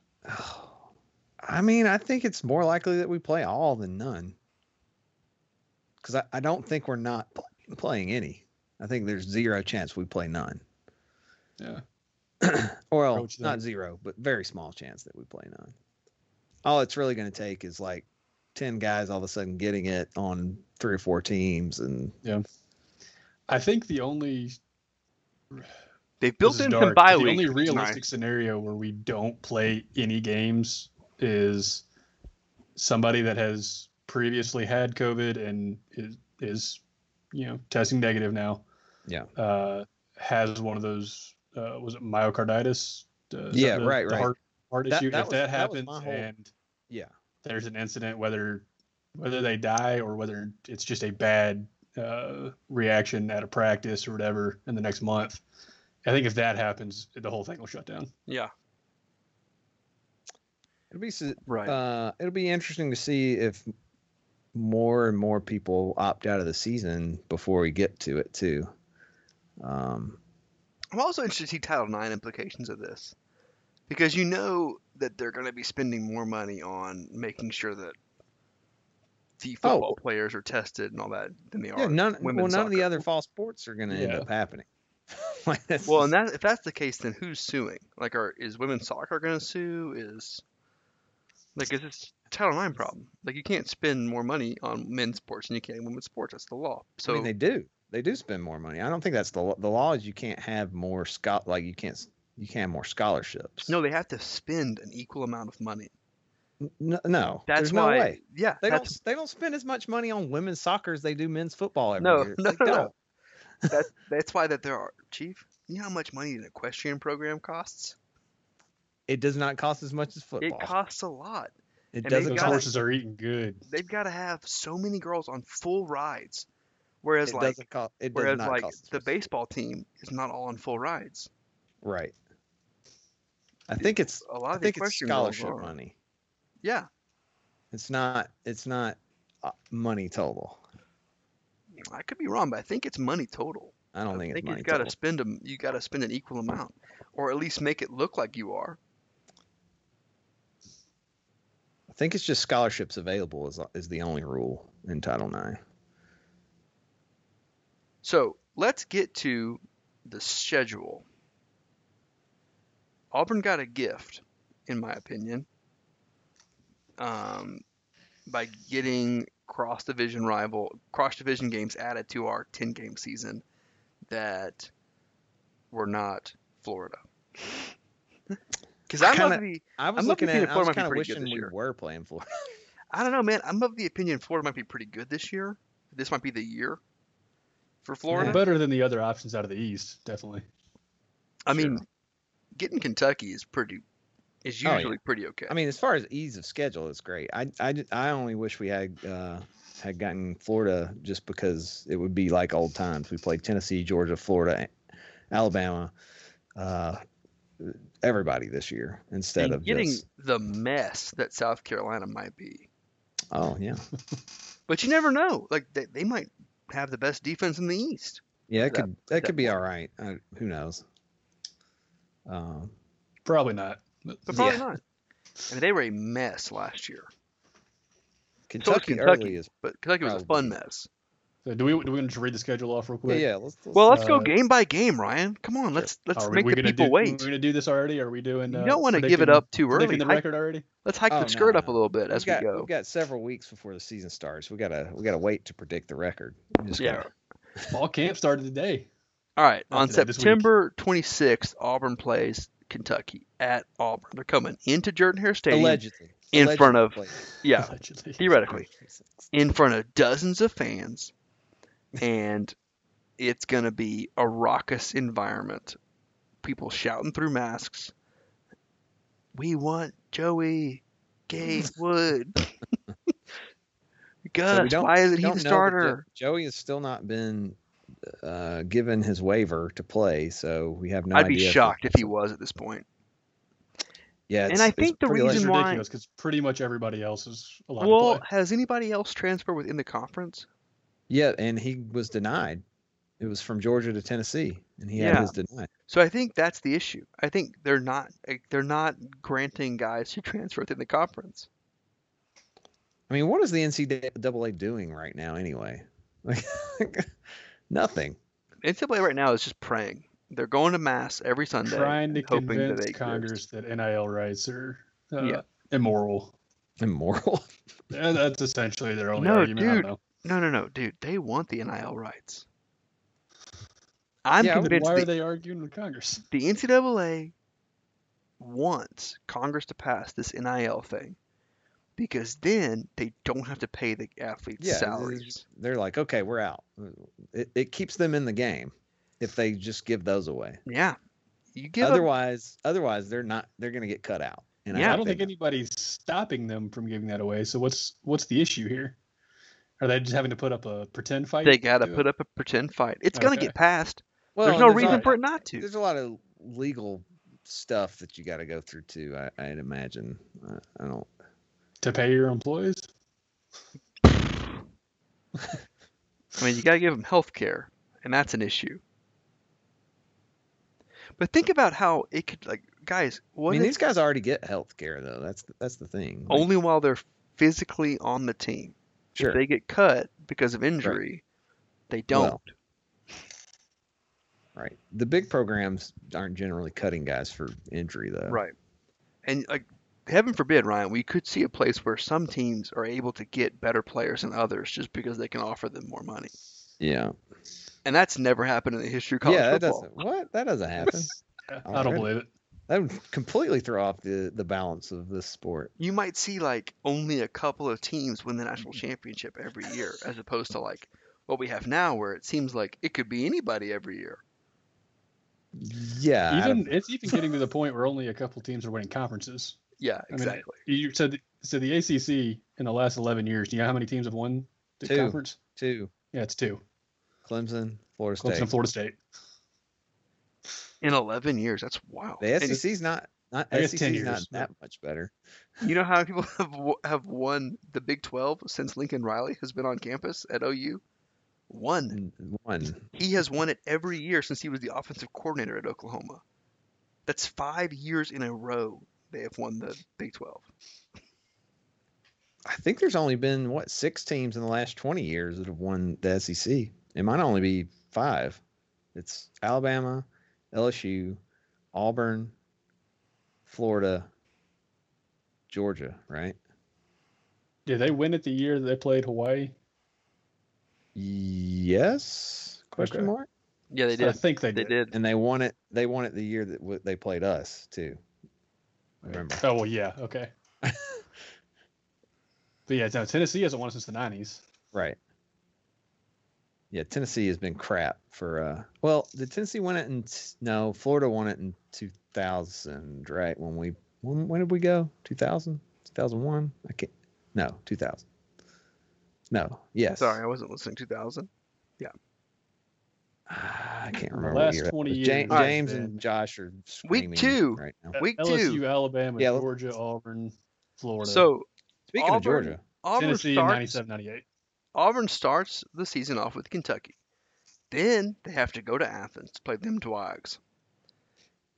Speaker 9: I mean, I think it's more likely that we play all than none. Because I, I don't think we're not pl- playing any. I think there's zero chance we play none.
Speaker 8: Yeah.
Speaker 9: Or well,
Speaker 8: Approach
Speaker 9: not
Speaker 8: that.
Speaker 9: zero, but very small chance that we play none. All it's really going to take is like 10 guys all of a sudden getting it on three or four teams. And
Speaker 8: I think the only
Speaker 7: They've
Speaker 8: This
Speaker 7: built
Speaker 8: is
Speaker 7: in some
Speaker 8: dark,
Speaker 7: bye
Speaker 8: but The
Speaker 7: weeks.
Speaker 8: only
Speaker 7: which is nice.
Speaker 8: realistic scenario where we don't play any games is somebody that has previously had COVID and is, is you know, testing negative now.
Speaker 9: Yeah.
Speaker 8: Uh, has one of those, uh, was it myocarditis? Uh, is that
Speaker 9: Yeah,
Speaker 8: the-
Speaker 9: right,
Speaker 8: the
Speaker 9: right.
Speaker 8: Heart, heart
Speaker 9: That-
Speaker 8: issue.
Speaker 9: that
Speaker 8: if
Speaker 9: was-
Speaker 8: that
Speaker 9: that was
Speaker 8: happens
Speaker 9: my whole-
Speaker 8: and
Speaker 9: yeah.
Speaker 8: there's an incident, whether whether they die or whether it's just a bad uh, reaction at a practice or whatever in the next month. I think if that happens, the whole thing will shut down.
Speaker 7: Yeah,
Speaker 9: It'll be s-
Speaker 7: right.
Speaker 9: Uh, it'll be interesting to see if more and more people opt out of the season before we get to it too. Um,
Speaker 7: I'm also interested to see Title IX implications of this, because you know that they're going to be spending more money on making sure that the
Speaker 9: Oh.
Speaker 7: football players are tested and all that than they
Speaker 9: yeah,
Speaker 7: are.
Speaker 9: none. Well,
Speaker 7: women's
Speaker 9: none of the
Speaker 7: soccer.
Speaker 9: other fall sports are going to end
Speaker 8: Yeah.
Speaker 9: up happening. Like, that's
Speaker 7: Well, and
Speaker 9: just-
Speaker 7: that if that's the case, then who's suing? Like, are is women's soccer going to sue? Is like is this Title IX problem? Like, you can't spend more money on men's sports than you can women's sports. That's the law. So
Speaker 9: I mean, they do. They do spend more money. I don't think that's the law. The law is you can't have more scho- like you can't s- you can't have more scholarships.
Speaker 7: no, they have to spend an equal amount of money.
Speaker 9: no, no
Speaker 7: That's
Speaker 9: there's
Speaker 7: why.
Speaker 9: no way.
Speaker 7: Yeah,
Speaker 9: They
Speaker 7: that's,
Speaker 9: don't. They don't spend as much money on women's soccer as they do men's football every
Speaker 7: No,
Speaker 9: year.
Speaker 7: no,
Speaker 9: They
Speaker 7: no, no.
Speaker 9: don't.
Speaker 7: that's that's why that there are chief. You know how much money an equestrian program costs?
Speaker 9: It does not cost as much as
Speaker 7: It
Speaker 9: football.
Speaker 7: costs a lot.
Speaker 9: It
Speaker 7: And they
Speaker 9: doesn't
Speaker 8: Those
Speaker 7: got-
Speaker 9: cost.
Speaker 8: horses are eating good.
Speaker 7: They've got to have so many girls on full rides, whereas
Speaker 9: It
Speaker 7: like
Speaker 9: doesn't cost. It does
Speaker 7: whereas
Speaker 9: not
Speaker 7: like
Speaker 9: cost.
Speaker 7: the
Speaker 9: as much.
Speaker 7: baseball team is not all on full rides.
Speaker 9: Right. I think it's.
Speaker 7: a lot
Speaker 9: I
Speaker 7: of the
Speaker 9: think it's
Speaker 7: equestrian girls
Speaker 9: scholarship
Speaker 7: are.
Speaker 9: money.
Speaker 7: Yeah,
Speaker 9: It's not. It's not uh, money total.
Speaker 7: I could be wrong, but I think it's money total.
Speaker 9: I don't think,
Speaker 7: I think
Speaker 9: it's money
Speaker 7: you've got to
Speaker 9: total.
Speaker 7: spend them. You got to spend an equal amount, or at least make it look like you are.
Speaker 9: I think it's just scholarships available is is the only rule in Title IX.
Speaker 7: So let's get to the schedule. Auburn got a gift, in my opinion, um, by getting cross division rival cross division games added to our ten game season that were not Florida. Because
Speaker 9: I
Speaker 7: I'm of
Speaker 9: kinda-
Speaker 7: the
Speaker 9: I was
Speaker 7: I'm
Speaker 9: looking at.
Speaker 7: looking at
Speaker 9: it, I was
Speaker 7: Florida might be
Speaker 9: kind of
Speaker 7: pretty good
Speaker 9: wishing
Speaker 7: this
Speaker 9: we
Speaker 7: year.
Speaker 9: were playing Florida.
Speaker 7: I don't know, man. I'm of the opinion Florida might be pretty good this year. This might be the year for Florida.
Speaker 8: Better than the other options out of the East, definitely.
Speaker 7: I mean, getting Kentucky is pretty is
Speaker 9: Oh, yeah.
Speaker 7: usually pretty okay.
Speaker 9: I mean, as far as ease of schedule, it's great. I I, ju- I only wish we had uh, had gotten Florida just because it would be like old times. We played Tennessee, Georgia, Florida, Alabama, uh, everybody this year instead
Speaker 7: And
Speaker 9: of
Speaker 7: getting
Speaker 9: just
Speaker 7: the mess that South Carolina might be,
Speaker 9: oh yeah
Speaker 7: but you never know. Like they, they might have the best defense in the East.
Speaker 9: yeah it
Speaker 7: That-
Speaker 9: could that
Speaker 7: that
Speaker 9: could be all right. Uh, who knows? Um,
Speaker 8: Probably not. But
Speaker 7: But probably
Speaker 9: Yeah.
Speaker 7: not. I mean, they were a mess last year,
Speaker 9: Kentucky,
Speaker 7: Kentucky.
Speaker 9: early is
Speaker 7: but Kentucky was a
Speaker 9: Probably.
Speaker 7: fun mess.
Speaker 8: so do we do we want to just read the schedule off real
Speaker 9: yeah.
Speaker 8: quick?
Speaker 9: yeah, let's, let's
Speaker 7: Well, let's go
Speaker 8: Uh,
Speaker 7: game by game, Ryan. Come on, let's let's
Speaker 8: Are we,
Speaker 7: make
Speaker 8: we
Speaker 7: the
Speaker 8: gonna
Speaker 7: people
Speaker 8: do,
Speaker 7: wait.
Speaker 8: We're gonna do this already. Are we doing?
Speaker 7: You
Speaker 8: uh,
Speaker 7: don't wanna give it
Speaker 8: predicting-
Speaker 7: up too early.
Speaker 8: Predicting the
Speaker 7: Hi-
Speaker 8: record already.
Speaker 7: Let's hike
Speaker 9: Oh,
Speaker 7: the
Speaker 9: no,
Speaker 7: skirt up a
Speaker 9: no.
Speaker 7: little bit
Speaker 9: we've
Speaker 7: as
Speaker 9: got,
Speaker 7: we go.
Speaker 9: We've got several weeks before the season starts. We gotta we gotta wait to predict the record. We just
Speaker 7: Yeah.
Speaker 9: gotta-
Speaker 8: Fall camp started today.
Speaker 7: All right.
Speaker 8: Not
Speaker 7: On
Speaker 8: today, this week.
Speaker 7: September 26th, Auburn plays Kentucky at Auburn. They're coming into Jordan Hare Stadium.
Speaker 9: allegedly
Speaker 7: in front
Speaker 9: allegedly
Speaker 7: Yeah,
Speaker 8: Allegedly.
Speaker 7: theoretically,
Speaker 9: played.
Speaker 7: in front of dozens of fans, and it's going to be a raucous environment. People shouting through masks. We want Joey Gatewood. Gus,
Speaker 9: don't-
Speaker 7: why isn't
Speaker 9: don't
Speaker 7: he
Speaker 9: know
Speaker 7: the
Speaker 9: that Jo-
Speaker 7: starter?
Speaker 9: Joey has still not been uh, given his waiver to play, so we have no
Speaker 7: I'd be
Speaker 9: idea.
Speaker 7: shocked if he was at this point.
Speaker 9: yeah,
Speaker 7: And
Speaker 9: it's-
Speaker 7: I
Speaker 9: it's
Speaker 7: think the
Speaker 9: pretty
Speaker 8: It's
Speaker 9: late.
Speaker 7: reason why-
Speaker 8: ridiculous because pretty much everybody else is allowed
Speaker 7: Well,
Speaker 8: to play.
Speaker 7: has anybody else transferred within the conference?
Speaker 9: yeah, and he was denied. It was from Georgia to Tennessee, and he had
Speaker 7: Yeah.
Speaker 9: his denied.
Speaker 7: So I think that's the issue. I think they're not eh, they're not granting guys to transfer within the conference.
Speaker 9: I mean, what is the NCAA doing right now anyway? Like, nothing.
Speaker 7: NCAA right now is just praying. They're going to mass every Sunday,
Speaker 8: Trying to
Speaker 7: and hoping that
Speaker 8: convince
Speaker 7: they exist.
Speaker 8: Congress that NIL rights are uh,
Speaker 7: Yeah.
Speaker 8: immoral.
Speaker 9: Immoral.
Speaker 8: Yeah, That's essentially their only
Speaker 7: No,
Speaker 8: argument. I don't
Speaker 7: dude.
Speaker 8: know.
Speaker 7: No, no, no, dude. They want the NIL rights. I'm
Speaker 9: Yeah, but
Speaker 8: Then
Speaker 7: convinced
Speaker 8: why
Speaker 7: the,
Speaker 8: are they arguing with Congress?
Speaker 7: the NCAA wants Congress to pass this NIL thing because then they don't have to pay the athletes'
Speaker 9: Yeah,
Speaker 7: salaries.
Speaker 9: They're like, okay, we're out. It, it keeps them in the game if they just give those away.
Speaker 7: Yeah, you give up
Speaker 9: otherwise, otherwise they're not. They're gonna get cut out. And
Speaker 7: Yeah,
Speaker 8: I don't think
Speaker 9: they-
Speaker 8: anybody's stopping them from giving that away. So what's what's the issue here? Are they just having to put up a pretend fight?
Speaker 7: They got to
Speaker 8: do it?
Speaker 7: put up a pretend fight. It's going to
Speaker 8: Okay.
Speaker 7: get passed.
Speaker 9: Well,
Speaker 7: there's
Speaker 9: and
Speaker 7: no
Speaker 9: there's
Speaker 7: reason
Speaker 9: al-
Speaker 7: for it not to.
Speaker 9: There's a lot of legal stuff that you got to go through too. I, I'd imagine. I, I don't.
Speaker 8: to pay your employees.
Speaker 7: I mean, you got to give them health care, and that's an issue. But think about how it could, like, guys,
Speaker 9: I
Speaker 7: what
Speaker 9: mean,
Speaker 7: if
Speaker 9: these guys already get health care though. That's that's the thing. Like,
Speaker 7: only while they're physically on the team?
Speaker 9: sure.
Speaker 7: If they get cut because of injury, they don't.
Speaker 9: Well, right. The big programs aren't generally cutting guys for injury though.
Speaker 7: Right. And like heaven forbid, Ryan, we could see a place where some teams are able to get better players than others just because they can offer them more money.
Speaker 9: Yeah.
Speaker 7: And that's never happened in the history of college
Speaker 9: yeah. That
Speaker 7: football.
Speaker 9: doesn't. What? That doesn't happen.
Speaker 8: I don't
Speaker 9: Alright.
Speaker 8: believe it.
Speaker 9: that would completely throw off the the balance of this sport.
Speaker 7: you might see like only a couple of teams win the national championship every year as opposed to like what we have now where it seems like it could be anybody every year
Speaker 9: Yeah. I
Speaker 8: Even
Speaker 9: don't-
Speaker 8: it's even getting to the point where only a couple teams are winning conferences.
Speaker 7: yeah
Speaker 8: I mean,
Speaker 7: exactly
Speaker 8: You so the, so the ACC in the last eleven years. Do you know how many teams have won the
Speaker 9: Two.
Speaker 8: conference?
Speaker 9: two.
Speaker 8: Yeah, it's two.
Speaker 9: Clemson, Florida
Speaker 8: Clemson,
Speaker 9: State.
Speaker 8: and Florida State.
Speaker 7: in 11 years that's wild
Speaker 9: The E
Speaker 7: And
Speaker 9: SEC's not not
Speaker 8: I guess 10
Speaker 9: SEC's not
Speaker 8: years, but-
Speaker 9: that much better.
Speaker 7: you know how many people have, w- have won the big 12 since lincoln riley has been on campus at ou One.
Speaker 9: N- One.
Speaker 7: He has won it every year since he was the offensive coordinator at Oklahoma. That's five years in a row they have won the Big 12.
Speaker 9: I think there's only been what six teams in the last 20 years that have won the SEC. It might only be five. It's Alabama, LSU, Auburn, Florida, Georgia, right?
Speaker 8: Did they win it the year that they played Hawaii?
Speaker 9: Yes? Question
Speaker 8: Okay.
Speaker 9: mark.
Speaker 7: Yeah, they
Speaker 8: I
Speaker 7: did.
Speaker 8: think they,
Speaker 7: They
Speaker 8: did.
Speaker 7: did.
Speaker 9: And they won it. They won it the year that w- they played us too. Remember?
Speaker 8: Oh well, yeah, okay. but yeah, no, Tennessee hasn't won since the nineties.
Speaker 9: Right. Yeah, Tennessee has been crap for uh well, did Tennessee win it in t- no, Florida won it in 2000, right? When we when, when did we go? 2000? 2001? I can't. No, 2000. No. Yes.
Speaker 7: Sorry, I wasn't listening. 2000.
Speaker 9: Ah, I can't
Speaker 8: The
Speaker 9: remember. what
Speaker 8: last
Speaker 9: year that
Speaker 8: 20
Speaker 9: was.
Speaker 8: years
Speaker 9: James,
Speaker 8: has
Speaker 9: James
Speaker 8: been-
Speaker 9: and Josh are screaming
Speaker 7: two.
Speaker 9: right now.
Speaker 7: Week
Speaker 8: LSU,
Speaker 7: two.
Speaker 8: Alabama,
Speaker 9: Yeah, let-
Speaker 8: Georgia, Auburn, Florida.
Speaker 7: So
Speaker 9: Speaking
Speaker 7: Auburn-
Speaker 9: of Georgia,
Speaker 7: Auburn
Speaker 8: Tennessee in
Speaker 7: starts,
Speaker 8: 97, 98.
Speaker 7: Auburn starts the season off with Kentucky. Then they have to go to Athens to play them Twigs.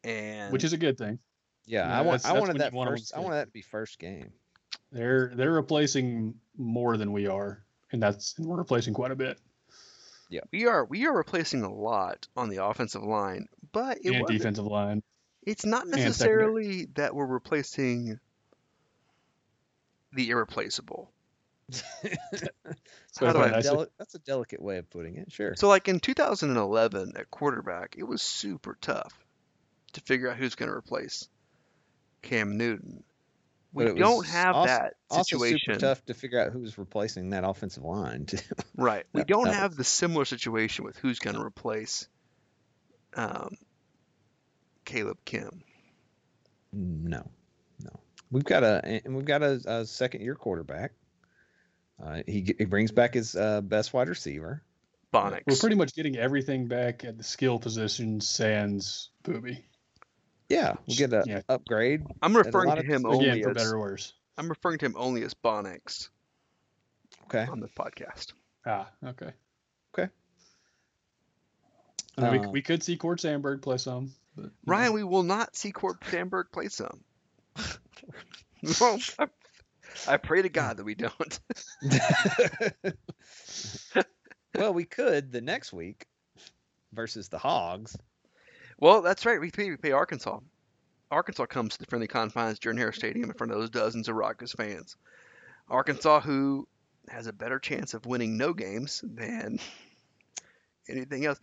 Speaker 7: And
Speaker 8: which is a good thing.
Speaker 9: yeah,
Speaker 8: yeah,
Speaker 9: I want
Speaker 8: that's-
Speaker 9: I
Speaker 8: that's
Speaker 9: wanted
Speaker 8: when you
Speaker 9: that
Speaker 8: wanna win
Speaker 9: first I
Speaker 8: two.
Speaker 9: wanted that to be first game.
Speaker 8: They're they're replacing more than we are, and that's and we're replacing quite a bit.
Speaker 7: we are we are replacing a lot on the offensive line, but it
Speaker 8: and
Speaker 7: wasn't
Speaker 8: defensive line.
Speaker 7: It's not
Speaker 8: secondary.
Speaker 7: necessarily that we're replacing the irreplaceable.
Speaker 8: So
Speaker 7: How do
Speaker 8: it's
Speaker 7: I-
Speaker 8: not nice.
Speaker 9: Deli- that's a delicate way of putting it. Sure.
Speaker 7: So, like in 2011 at quarterback, it was super tough to figure out who's going to replace Cam Newton. We
Speaker 9: But it
Speaker 7: don't
Speaker 9: was
Speaker 7: have
Speaker 9: also-
Speaker 7: that situation.
Speaker 9: Also super tough to figure out who's replacing that offensive line. too.
Speaker 7: Right. We
Speaker 9: That-
Speaker 7: don't
Speaker 9: that
Speaker 7: have the similar situation with who's going to replace um, Caleb Kim.
Speaker 9: no, no. We've got a and we've got a, a second year quarterback. Uh, he, g- he brings back his uh, best wide receiver.
Speaker 7: Bonix.
Speaker 8: We're pretty much getting everything back at the skill position. Sans Booby
Speaker 9: Yeah, we get an
Speaker 8: Yeah.
Speaker 9: upgrade.
Speaker 7: I'm
Speaker 9: a
Speaker 7: referring
Speaker 9: lot
Speaker 7: to
Speaker 9: of-
Speaker 7: him only
Speaker 8: again for
Speaker 7: as
Speaker 8: better or worse.
Speaker 7: I'm referring to him only as Bonix
Speaker 9: Okay, Mm-hmm.
Speaker 7: on this podcast.
Speaker 8: Ah, okay,
Speaker 9: Okay.
Speaker 8: I
Speaker 9: Uh,
Speaker 8: mean, we, we could see Court Sandberg play some. But,
Speaker 7: Ryan, we will not see Corp Sandberg play some. We won't. I, I pray to God that we don't.
Speaker 9: well, we could the next week versus the Hogs.
Speaker 7: Well, that's right. We pay, we pay Arkansas. Arkansas comes to the friendly confines of Jordan Hare Stadium in front of those dozens of Rockets fans. Arkansas, who has a better chance of winning no games than anything else.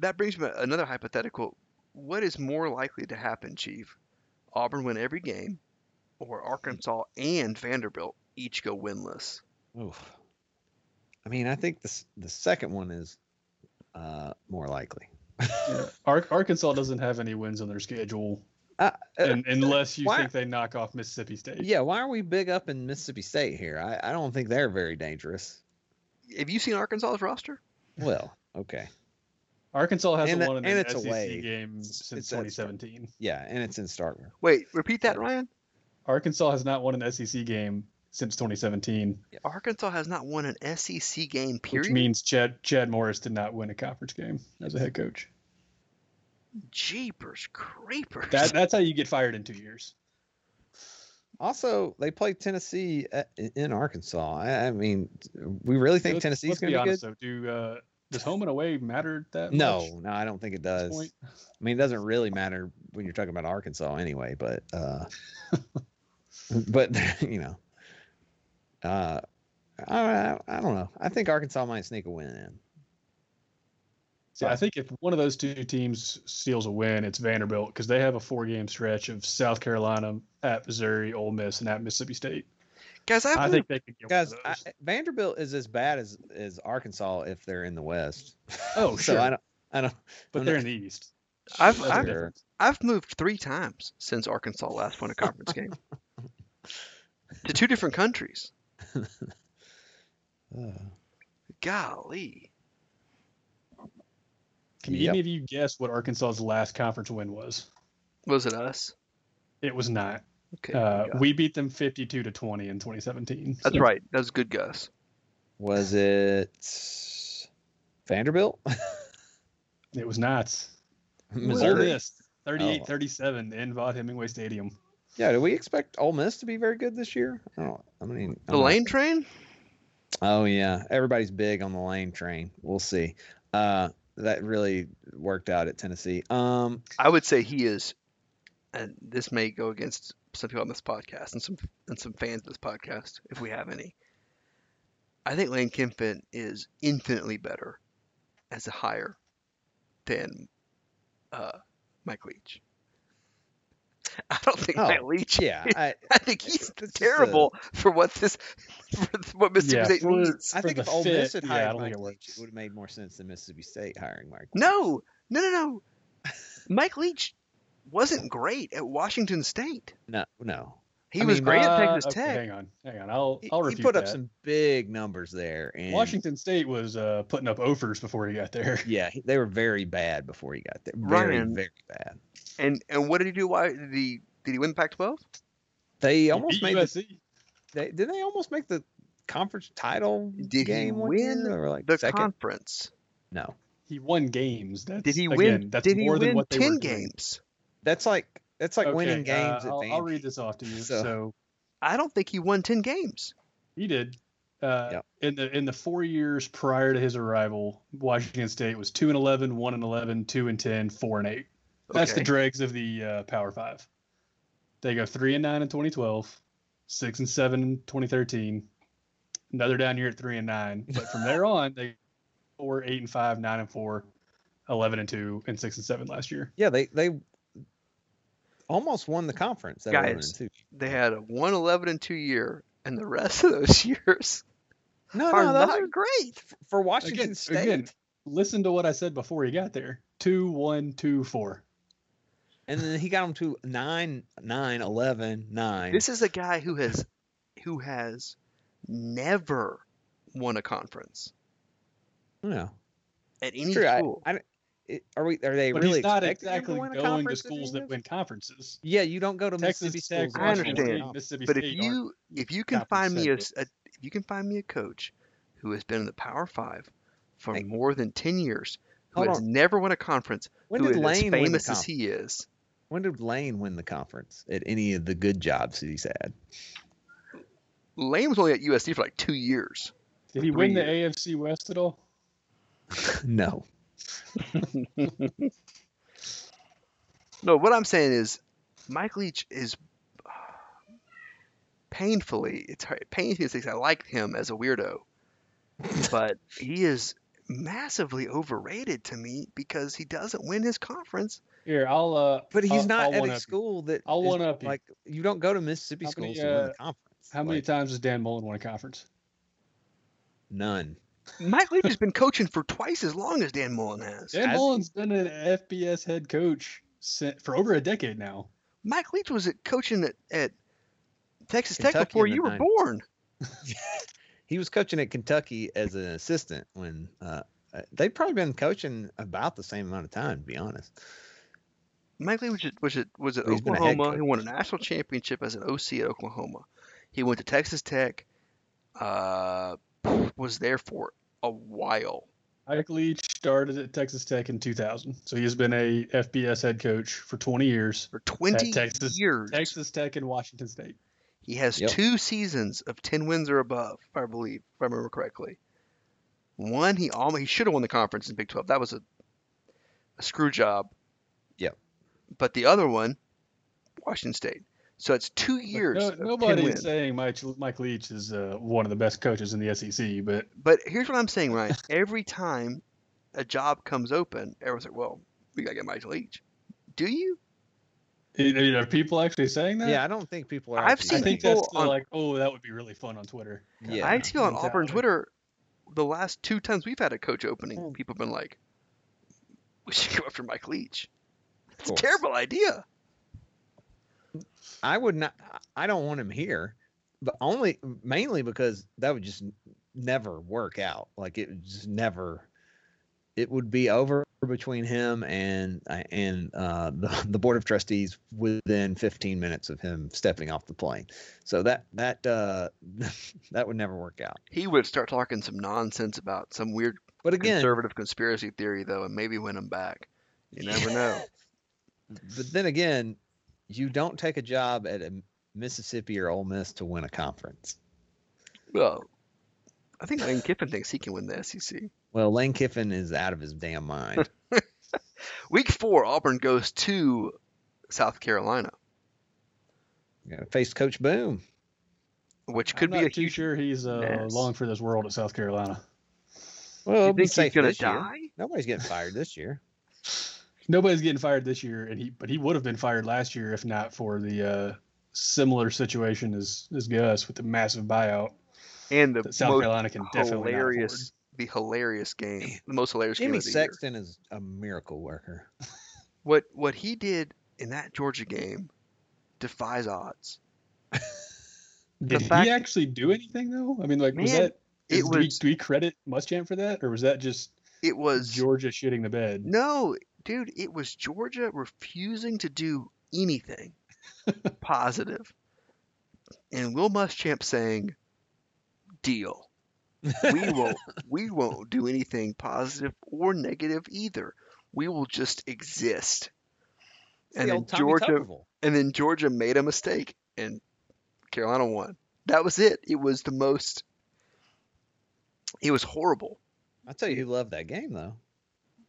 Speaker 7: That brings me to another hypothetical. What is more likely to happen, Chief? Auburn win every game, or Arkansas and Vanderbilt each go winless?
Speaker 9: Oof. I mean, I think the s- the second one is uh, more likely.
Speaker 8: yeah. Ar- Arkansas doesn't have any wins on their schedule,
Speaker 9: Uh, uh,
Speaker 8: and, unless you
Speaker 9: why-
Speaker 8: think they knock off Mississippi State.
Speaker 9: Yeah, why are we big up in Mississippi State here? I, I don't think they're very dangerous.
Speaker 7: Have you seen Arkansas's roster?
Speaker 9: Well, okay.
Speaker 8: Arkansas hasn't
Speaker 9: And-
Speaker 8: won an
Speaker 9: and it's
Speaker 8: SEC
Speaker 9: away.
Speaker 8: game
Speaker 9: It's- it's-
Speaker 8: since 2017.
Speaker 9: Yeah, and it's in Starkville.
Speaker 7: Wait, repeat that, Ryan.
Speaker 8: Arkansas has not won an SEC game since 2017,
Speaker 7: Arkansas has not won an SEC game. Period.
Speaker 8: which means Chad Chad Morris did not win a conference game as a head coach.
Speaker 7: Jeepers creepers.
Speaker 8: That that's how you get fired in two years.
Speaker 9: Also, they play Tennessee at, in Arkansas. I, I mean, we really think
Speaker 8: Let's-
Speaker 9: Tennessee's
Speaker 8: let's
Speaker 9: going to be good?
Speaker 8: honest, Though, do uh, does home and away matter that much?
Speaker 9: No, no, I don't think it
Speaker 8: at this
Speaker 9: does.
Speaker 8: point?
Speaker 9: I mean, it doesn't really matter when you're talking about Arkansas anyway, but uh but you know. Uh I, I, I don't know. I think Arkansas might sneak a win in.
Speaker 8: See, I think if one of those two teams steals a win, it's Vanderbilt because they have a four-game stretch of South Carolina at Missouri, Ole Miss, and at Mississippi State.
Speaker 7: Guys, I,
Speaker 8: I think
Speaker 7: believe,
Speaker 8: they could
Speaker 9: Mm-hmm.
Speaker 8: get
Speaker 9: Guys,
Speaker 8: one
Speaker 9: I,
Speaker 8: of those.
Speaker 9: Vanderbilt is as bad as as Arkansas if they're in the West.
Speaker 8: Oh,
Speaker 9: so
Speaker 8: sure.
Speaker 9: I don't. I don't.
Speaker 8: but they're in the East.
Speaker 7: I've,
Speaker 8: That's a
Speaker 7: I've,
Speaker 8: difference.
Speaker 7: I've moved three times since Arkansas last won a conference game to two different countries.
Speaker 9: Uh,
Speaker 7: Golly.
Speaker 8: Can
Speaker 9: Yep.
Speaker 8: any of you guess what Arkansas's last conference win was?
Speaker 7: Was it us?
Speaker 8: It was not.
Speaker 7: Okay.
Speaker 8: Uh,
Speaker 7: good guess.
Speaker 8: we beat them 52 to 20 in 2017.
Speaker 7: That's
Speaker 8: So
Speaker 7: right. That was a good guess.
Speaker 9: was it? Vanderbilt,
Speaker 8: It was not. Ole
Speaker 9: Missouri.
Speaker 8: Miss, 38
Speaker 9: Oh.
Speaker 8: 37 in Vaught Hemingway Stadium.
Speaker 9: Yeah, do we expect Ole Miss to be very good this year? I don't. I mean, I
Speaker 7: The
Speaker 8: Uh-huh.
Speaker 9: don't-
Speaker 7: lane train?
Speaker 9: Oh yeah, everybody's big on the lane train. We'll see. Uh, that really worked out at Tennessee. Um,
Speaker 7: I would say he is, and this may go against some people on this podcast and some and some fans of this podcast, if we have any. I think Lane Kiffin is infinitely better as a hire than uh, Mike Leach. I don't think
Speaker 9: Oh,
Speaker 7: Mike Leach.
Speaker 9: yeah, I,
Speaker 7: I think he's
Speaker 9: That's just a-
Speaker 7: terrible for what this, for what Mr.
Speaker 8: Yeah,
Speaker 7: State
Speaker 8: for-
Speaker 7: needs.
Speaker 9: I
Speaker 8: For
Speaker 9: think
Speaker 8: the
Speaker 9: if Ole Miss
Speaker 8: fit,
Speaker 9: had
Speaker 8: yeah, I
Speaker 9: hired
Speaker 8: don't
Speaker 9: Mike
Speaker 8: think it
Speaker 9: Leach,
Speaker 8: works.
Speaker 9: it would have made more sense than Mississippi State hiring Mike. Leach.
Speaker 7: No, no, no, no. Mike Leach wasn't great at Washington State.
Speaker 9: no, no.
Speaker 7: He
Speaker 9: I
Speaker 7: was
Speaker 9: mean,
Speaker 7: great at
Speaker 8: Uh,
Speaker 7: Texas
Speaker 8: okay,
Speaker 7: Tech.
Speaker 8: Hang on, hang on. I'll
Speaker 9: He,
Speaker 8: I'll
Speaker 9: he
Speaker 8: refute
Speaker 9: put up
Speaker 8: that.
Speaker 9: some big numbers there, and
Speaker 8: Washington State was uh, putting up offers before he got there.
Speaker 9: Yeah, he- they were very bad before he got there. Very,
Speaker 7: Ryan-
Speaker 9: very bad.
Speaker 7: And and what did he do? Why did he did he win Pac-12?
Speaker 9: They
Speaker 8: He
Speaker 9: almost
Speaker 8: beat
Speaker 9: made the,
Speaker 8: USC.
Speaker 9: they did they almost make the conference title
Speaker 7: Did he
Speaker 9: game one
Speaker 7: win
Speaker 9: year? They were like
Speaker 7: The
Speaker 9: second.
Speaker 7: conference.
Speaker 9: no.
Speaker 8: He won games. That's,
Speaker 7: Did he
Speaker 8: again,
Speaker 7: win?
Speaker 8: That's
Speaker 7: did he
Speaker 8: more
Speaker 7: win
Speaker 8: than what they
Speaker 7: ten
Speaker 8: were doing.
Speaker 7: games?
Speaker 9: That's like that's like
Speaker 8: Okay,
Speaker 9: winning games at
Speaker 8: uh, I'll,
Speaker 9: the
Speaker 8: I'll read this off to you.
Speaker 9: So-
Speaker 8: So,
Speaker 7: I don't think he won ten games.
Speaker 8: he did. Uh,
Speaker 9: Yep.
Speaker 8: In the in the four years prior to his arrival, Washington State was two and 11, 1 and 11, 2 and 10, 4 and eight. That's the
Speaker 7: Okay.
Speaker 8: dregs of the uh, Power Five. They go three and nine in 2012, six and seven in 2013. Another down year at three and nine, but from there on, they four, eight and five, nine and four, 11 and two, and six and seven last year.
Speaker 9: Yeah, they they almost won the conference. That
Speaker 7: Guys.
Speaker 9: Guys, too.
Speaker 7: They had a one eleven and two year, and the rest of those years
Speaker 9: No,
Speaker 7: are
Speaker 9: no, those
Speaker 7: not
Speaker 9: are,
Speaker 7: great.
Speaker 9: for Washington
Speaker 8: Again-
Speaker 9: State.
Speaker 8: again. Listen to what I said before he got there. Two, one, two, four.
Speaker 9: And then he got them to 9 9 11 9.
Speaker 7: This is a guy who has who has never won a conference
Speaker 9: no.
Speaker 7: at any
Speaker 9: True. I,
Speaker 7: school.
Speaker 9: I, don't- it- are we are they
Speaker 8: but
Speaker 9: really
Speaker 8: he's not
Speaker 9: expecting him
Speaker 8: exactly
Speaker 9: to win a
Speaker 8: going to
Speaker 9: conference at any
Speaker 8: schools that
Speaker 9: of
Speaker 8: win conferences.
Speaker 9: Yeah, you don't go to
Speaker 8: Texas
Speaker 9: Mississippi
Speaker 8: Tech,
Speaker 9: schools.
Speaker 7: I
Speaker 9: that win
Speaker 8: Washington
Speaker 7: understand,
Speaker 8: State,
Speaker 9: conference.
Speaker 8: Mississippi
Speaker 7: but if
Speaker 8: State aren't
Speaker 7: you if you can
Speaker 8: conference
Speaker 7: find me
Speaker 8: segment.
Speaker 7: a, s- a- if you can find me a coach who has been in the Power Five for
Speaker 9: Hey.
Speaker 7: more than ten years, who
Speaker 9: Hold
Speaker 7: has never won a conference,
Speaker 9: When
Speaker 7: who
Speaker 9: did
Speaker 7: is as
Speaker 9: Lane win the
Speaker 7: famous as
Speaker 9: conference?
Speaker 7: he is,
Speaker 9: When did Lane win the conference at any of the good jobs that he's had?
Speaker 7: Lane was only at USC for like two years.
Speaker 8: Did he
Speaker 7: three
Speaker 8: win the AFC West at all?
Speaker 9: No.
Speaker 7: No, what I'm saying is, Mike Leach is painfully it's hard- it pains me to say 'cause I like him as a weirdo, but he is massively overrated to me because he doesn't win his conference.
Speaker 8: Here, I'll. Uh,
Speaker 9: But he's
Speaker 8: I'll-
Speaker 9: not
Speaker 8: I'll
Speaker 9: at
Speaker 8: one
Speaker 9: a
Speaker 8: up you.
Speaker 9: school that
Speaker 8: I'll
Speaker 9: is-
Speaker 8: one-up you.
Speaker 9: like you don't go to Mississippi
Speaker 8: How many,
Speaker 9: schools to win
Speaker 8: uh,
Speaker 9: the conference.
Speaker 8: How many
Speaker 9: Like,
Speaker 8: times has Dan Mullen won a conference?
Speaker 9: None.
Speaker 7: Mike Leach has been coaching for twice as long as Dan Mullen has.
Speaker 8: Dan
Speaker 9: Has-
Speaker 8: Mullen's been an FBS head coach since, for over a decade now.
Speaker 7: Mike Leach was at coaching at, at Texas Tech
Speaker 9: Kentucky
Speaker 7: before
Speaker 9: in the
Speaker 7: you were
Speaker 9: 90s.
Speaker 7: born.
Speaker 9: He was coaching at Kentucky as an assistant when uh, uh, they'd probably been coaching about the same amount of time, to be honest.
Speaker 7: Mike Leach was at, was at, was at
Speaker 9: He's been a head
Speaker 7: Oklahoma. He
Speaker 9: coach.
Speaker 7: won a national championship as an OC at Oklahoma. He went to Texas Tech. Uh, was there for a while.
Speaker 8: Mike Leach started at Texas Tech in 2000, so he has been a FBS head coach for 20 years.
Speaker 7: For 20
Speaker 8: At Texas-
Speaker 7: years,
Speaker 8: Texas Tech and Washington State.
Speaker 7: he has
Speaker 9: Yep.
Speaker 7: two seasons of 10 wins or above, if I believe, if I remember correctly. One, he almost he should have won the conference in Big 12. That was a, a screw job.
Speaker 9: Yep.
Speaker 7: But the other one, Washington State. So it's two
Speaker 8: But
Speaker 7: years.
Speaker 8: no-
Speaker 7: of 10
Speaker 8: nobody's
Speaker 7: wins.
Speaker 8: saying Mike, Mike Leach is uh, one of the best coaches in the SEC, but
Speaker 7: But here's what I'm saying, Ryan. Every time a job comes open, everyone's like, well, we got to get Mike Leach. Do you?
Speaker 8: Are, are people actually saying that?
Speaker 9: Yeah, I don't think people are.
Speaker 7: I've
Speaker 9: actually
Speaker 7: seen
Speaker 8: I think
Speaker 9: thinking-
Speaker 7: people
Speaker 8: that's the,
Speaker 7: on-
Speaker 8: like, oh, that would be really fun on Twitter.
Speaker 9: Yeah.
Speaker 7: I see on Auburn
Speaker 8: Mentality.
Speaker 7: Twitter, the last two times we've had a coach opening,
Speaker 9: Mm.
Speaker 7: people have been like, we should go after Mike Leach. It's a
Speaker 9: course.
Speaker 7: terrible idea.
Speaker 9: I would not. I don't want him here, but only mainly because that would just n- never work out. Like it would just never. It would be over between him and and uh, the the board of trustees within 15 minutes of him stepping off the plane. So that that uh, that would never work out.
Speaker 7: He would start talking some nonsense about some weird
Speaker 9: But again,
Speaker 7: conservative conspiracy theory though, and maybe win them back. You never know.
Speaker 9: but then again, you don't take a job at a Mississippi or Ole Miss to win a conference.
Speaker 7: well, I think Lane Kiffin thinks he can win the E SEC.
Speaker 9: Well, Lane Kiffin is out of his damn mind.
Speaker 7: Week four, Auburn goes to South Carolina,
Speaker 9: You know, Faced Coach Boom.
Speaker 7: which could
Speaker 8: I'm
Speaker 7: be a
Speaker 8: not too
Speaker 7: huge.
Speaker 8: sure he's uh,
Speaker 7: mess.
Speaker 8: long for this world at South Carolina.
Speaker 9: Well,
Speaker 7: You
Speaker 9: it'll be
Speaker 7: think he's
Speaker 9: safe
Speaker 7: gonna
Speaker 9: this year.
Speaker 7: die?
Speaker 9: Nobody's getting fired this year.
Speaker 8: Nobody's getting fired this year, and he but he would have been fired last year if not for the uh, similar situation as as Gus with the massive buyout
Speaker 7: And the
Speaker 8: that South
Speaker 7: most
Speaker 8: Carolina can definitely not afford.
Speaker 7: hilarious, the hilarious game, the most hilarious game
Speaker 9: Jimmy
Speaker 7: of the year.
Speaker 9: Sexton is a miracle worker.
Speaker 7: What what he did in that Georgia game defies odds.
Speaker 8: Did
Speaker 7: fact-
Speaker 8: he actually do anything though? I mean, like was
Speaker 7: Man,
Speaker 8: that? Is,
Speaker 7: It
Speaker 8: do, we,
Speaker 7: was
Speaker 8: do we credit Muschamp for that, or was that just
Speaker 7: it was
Speaker 8: Georgia shitting the bed?
Speaker 7: No, dude, it was Georgia refusing to do anything positive, and Will Muschamp saying, "Deal, we won't, we won't do anything positive or negative either. We will just exist."
Speaker 9: It's
Speaker 7: And
Speaker 9: the
Speaker 7: then
Speaker 9: old Tommy
Speaker 7: Georgia-
Speaker 9: Tuberville.
Speaker 7: And then Georgia made a mistake, and Carolina won. That was it. It was the most. It was horrible.
Speaker 9: I'll tell you who loved that game though.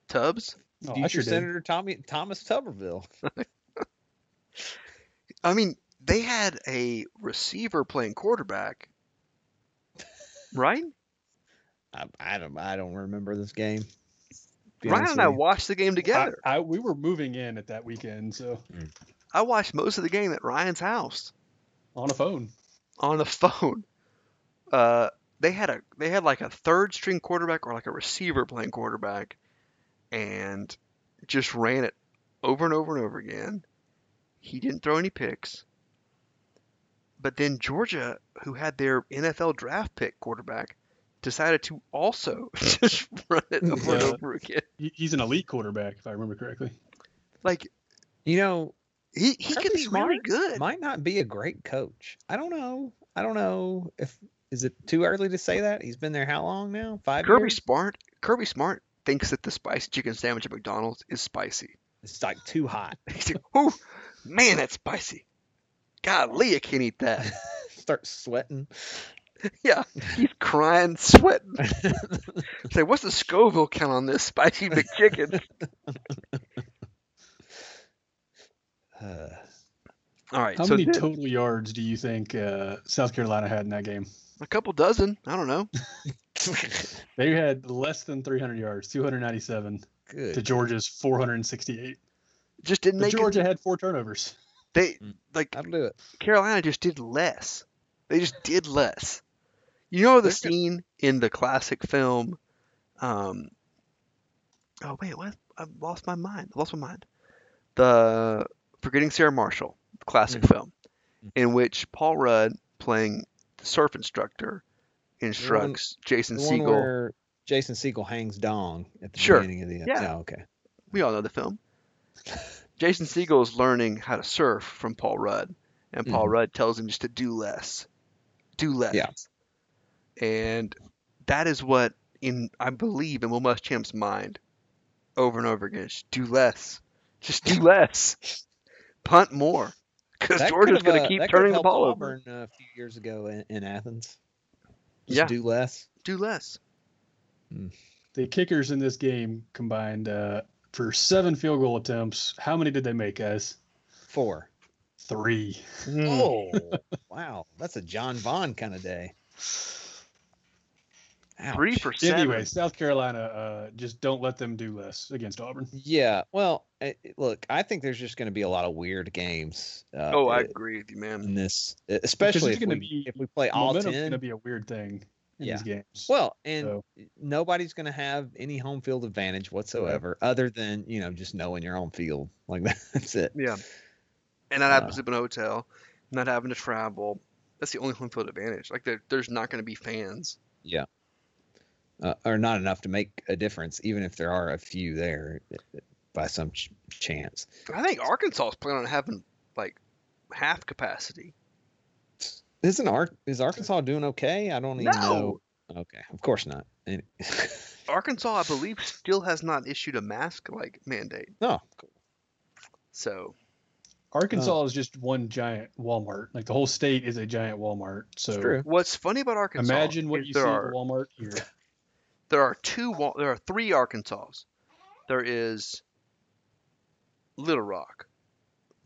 Speaker 7: Tubbs.
Speaker 8: Oh, I
Speaker 9: Future
Speaker 8: sure did.
Speaker 9: Senator Tommy Thomas Tuberville.
Speaker 7: I mean, they had a receiver playing quarterback, right?
Speaker 9: I, I don't I don't remember this game. Be
Speaker 7: Ryan
Speaker 9: honest
Speaker 7: and I
Speaker 9: with you.
Speaker 7: watched the game together.
Speaker 8: I, I, we were moving in at that weekend, so
Speaker 7: I watched most of the game at Ryan's house
Speaker 8: on a phone.
Speaker 7: on the phone. Uh, they had a they had like a third string quarterback or like a receiver playing quarterback, and just ran it over and over and over again. He didn't throw any picks. But then Georgia, who had their NFL draft pick quarterback, decided to also just run it over and
Speaker 8: Yeah.
Speaker 7: over again.
Speaker 8: He, he's an elite quarterback, if I remember correctly.
Speaker 7: Like
Speaker 9: You know,
Speaker 7: he, he could
Speaker 9: Kirby
Speaker 7: be really
Speaker 9: Smart
Speaker 7: good.
Speaker 9: might not be a great coach. I don't know. I don't know if is it too early to say that? He's been there how long now? Five
Speaker 7: Kirby
Speaker 9: years?
Speaker 7: Smart Kirby Smart thinks that the spicy chicken sandwich at McDonald's is spicy.
Speaker 9: It's like too hot.
Speaker 7: He's like, "Ooh, man, that's spicy. Golly, I can't eat that."
Speaker 9: Start sweating.
Speaker 7: Yeah, he's crying, sweating. Say, what's the Scoville count on this spicy McChicken?
Speaker 9: Uh,
Speaker 7: All right,
Speaker 8: How
Speaker 7: so
Speaker 8: many
Speaker 7: then-
Speaker 8: total yards do you think uh, South Carolina had in that game?
Speaker 7: a couple dozen. I don't know.
Speaker 8: They had less than 300 yards, 297
Speaker 9: good.
Speaker 8: to Georgia's 468.
Speaker 7: Just didn't
Speaker 8: But
Speaker 7: make
Speaker 8: Georgia
Speaker 7: it.
Speaker 8: had four turnovers.
Speaker 7: They
Speaker 9: Mm.
Speaker 7: like
Speaker 9: I'll do it.
Speaker 7: Carolina just did less. They just did less. You know the
Speaker 9: They're go-
Speaker 7: scene in the classic film. Um, oh wait, what? I lost my mind. I lost my mind. The Forgetting Sarah Marshall, classic
Speaker 9: Mm-hmm.
Speaker 7: film, in which Paul Rudd, playing the surf instructor, instructs Jason
Speaker 9: The one
Speaker 7: Segel.
Speaker 9: where Jason Siegel hangs dong at the
Speaker 7: Sure.
Speaker 9: beginning of the
Speaker 7: Yeah.
Speaker 9: Oh, okay.
Speaker 7: we all know the film. Jason Segel is learning how to surf from Paul Rudd, and Paul Rudd tells him just to do less, do less.
Speaker 9: Mm-hmm. Yeah.
Speaker 7: And that is what, in I believe, in Will Muschamp's mind, over and over again, is do less, just do less, punt more, because
Speaker 9: That
Speaker 7: Georgia's
Speaker 9: could've,
Speaker 7: going
Speaker 9: uh,
Speaker 7: to keep
Speaker 9: that could've
Speaker 7: turning the
Speaker 9: helped
Speaker 7: ball over.
Speaker 9: Auburn, uh, a few years ago in, in Athens. Just
Speaker 7: Yeah, do,
Speaker 9: do less.
Speaker 7: less.
Speaker 8: The kickers in this game combined uh, for seven field goal attempts. How many did they make, guys?
Speaker 9: Four.
Speaker 8: Three.
Speaker 9: Oh, wow. That's a John Vaughn kind of day.
Speaker 7: Three
Speaker 9: Ouch.
Speaker 7: for seven.
Speaker 8: Anyway, South Carolina, uh, just don't let them do less against Auburn.
Speaker 9: Yeah. Well, I, look, I think there's just going to be a lot of weird games. Uh,
Speaker 7: oh, I
Speaker 9: i-
Speaker 7: agree with you, man.
Speaker 9: in this, e, especially if
Speaker 8: gonna
Speaker 9: we,
Speaker 8: be-
Speaker 9: if we play all
Speaker 8: Momentum's
Speaker 9: ten.
Speaker 8: going to be a weird thing in
Speaker 9: Yeah.
Speaker 8: these games.
Speaker 9: Well, and
Speaker 8: So-
Speaker 9: nobody's going to have any home field advantage whatsoever, other than you know just knowing your own field. Like that's it.
Speaker 7: Yeah. and not having
Speaker 9: Uh,
Speaker 7: to sleep in a hotel, not having to travel. That's the only home field advantage. Like there, there's not going to be fans.
Speaker 9: Uh, or not enough to make a difference, even if there are a few there uh, by some ch- chance.
Speaker 7: I think Arkansas is planning on having like half capacity.
Speaker 9: Isn't Ar- is Arkansas doing okay? I don't even know. Okay, of course not. And-
Speaker 7: Arkansas, I believe, still has not issued a mask like mandate.
Speaker 9: No, cool.
Speaker 7: So
Speaker 9: uh,
Speaker 8: Arkansas is just one giant Walmart. Like the whole state is a giant Walmart. So
Speaker 9: it's true.
Speaker 7: what's funny about Arkansas?
Speaker 8: imagine what
Speaker 7: is
Speaker 8: you see
Speaker 7: there
Speaker 8: at
Speaker 7: are
Speaker 8: the Walmart here.
Speaker 7: there are two Wa- there are three Arkansas. There is Little Rock.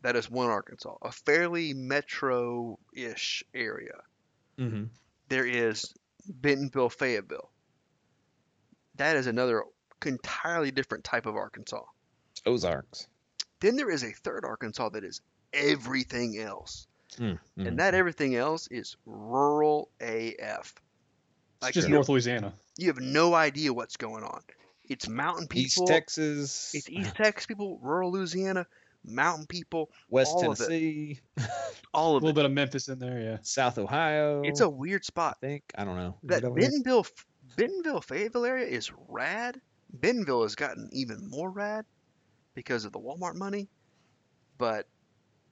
Speaker 7: That is one Arkansas, a fairly metro-ish area.
Speaker 9: Mm-hmm.
Speaker 7: There is Bentonville, Fayetteville. That is another entirely different type of Arkansas.
Speaker 9: Ozarks.
Speaker 7: Then there is a third Arkansas that is everything else.
Speaker 9: Mm,
Speaker 7: And that everything else is rural AF.
Speaker 8: It's
Speaker 7: Like
Speaker 8: just
Speaker 7: you,
Speaker 8: North Louisiana.
Speaker 7: you have no idea what's going on. It's mountain people.
Speaker 9: East Texas,
Speaker 7: It's East Texas people, rural Louisiana, mountain people,
Speaker 9: West
Speaker 7: all of it.
Speaker 9: Tennessee,
Speaker 7: all
Speaker 8: A
Speaker 7: of
Speaker 8: little
Speaker 7: it.
Speaker 8: bit of Memphis in there, yeah.
Speaker 9: South Ohio.
Speaker 7: It's a weird spot.
Speaker 9: I think I don't know. Is
Speaker 7: That
Speaker 9: it over there?
Speaker 7: Bentonville, Bentonville, Fayetteville area is rad. Bentonville has gotten even more rad because of the Walmart money. But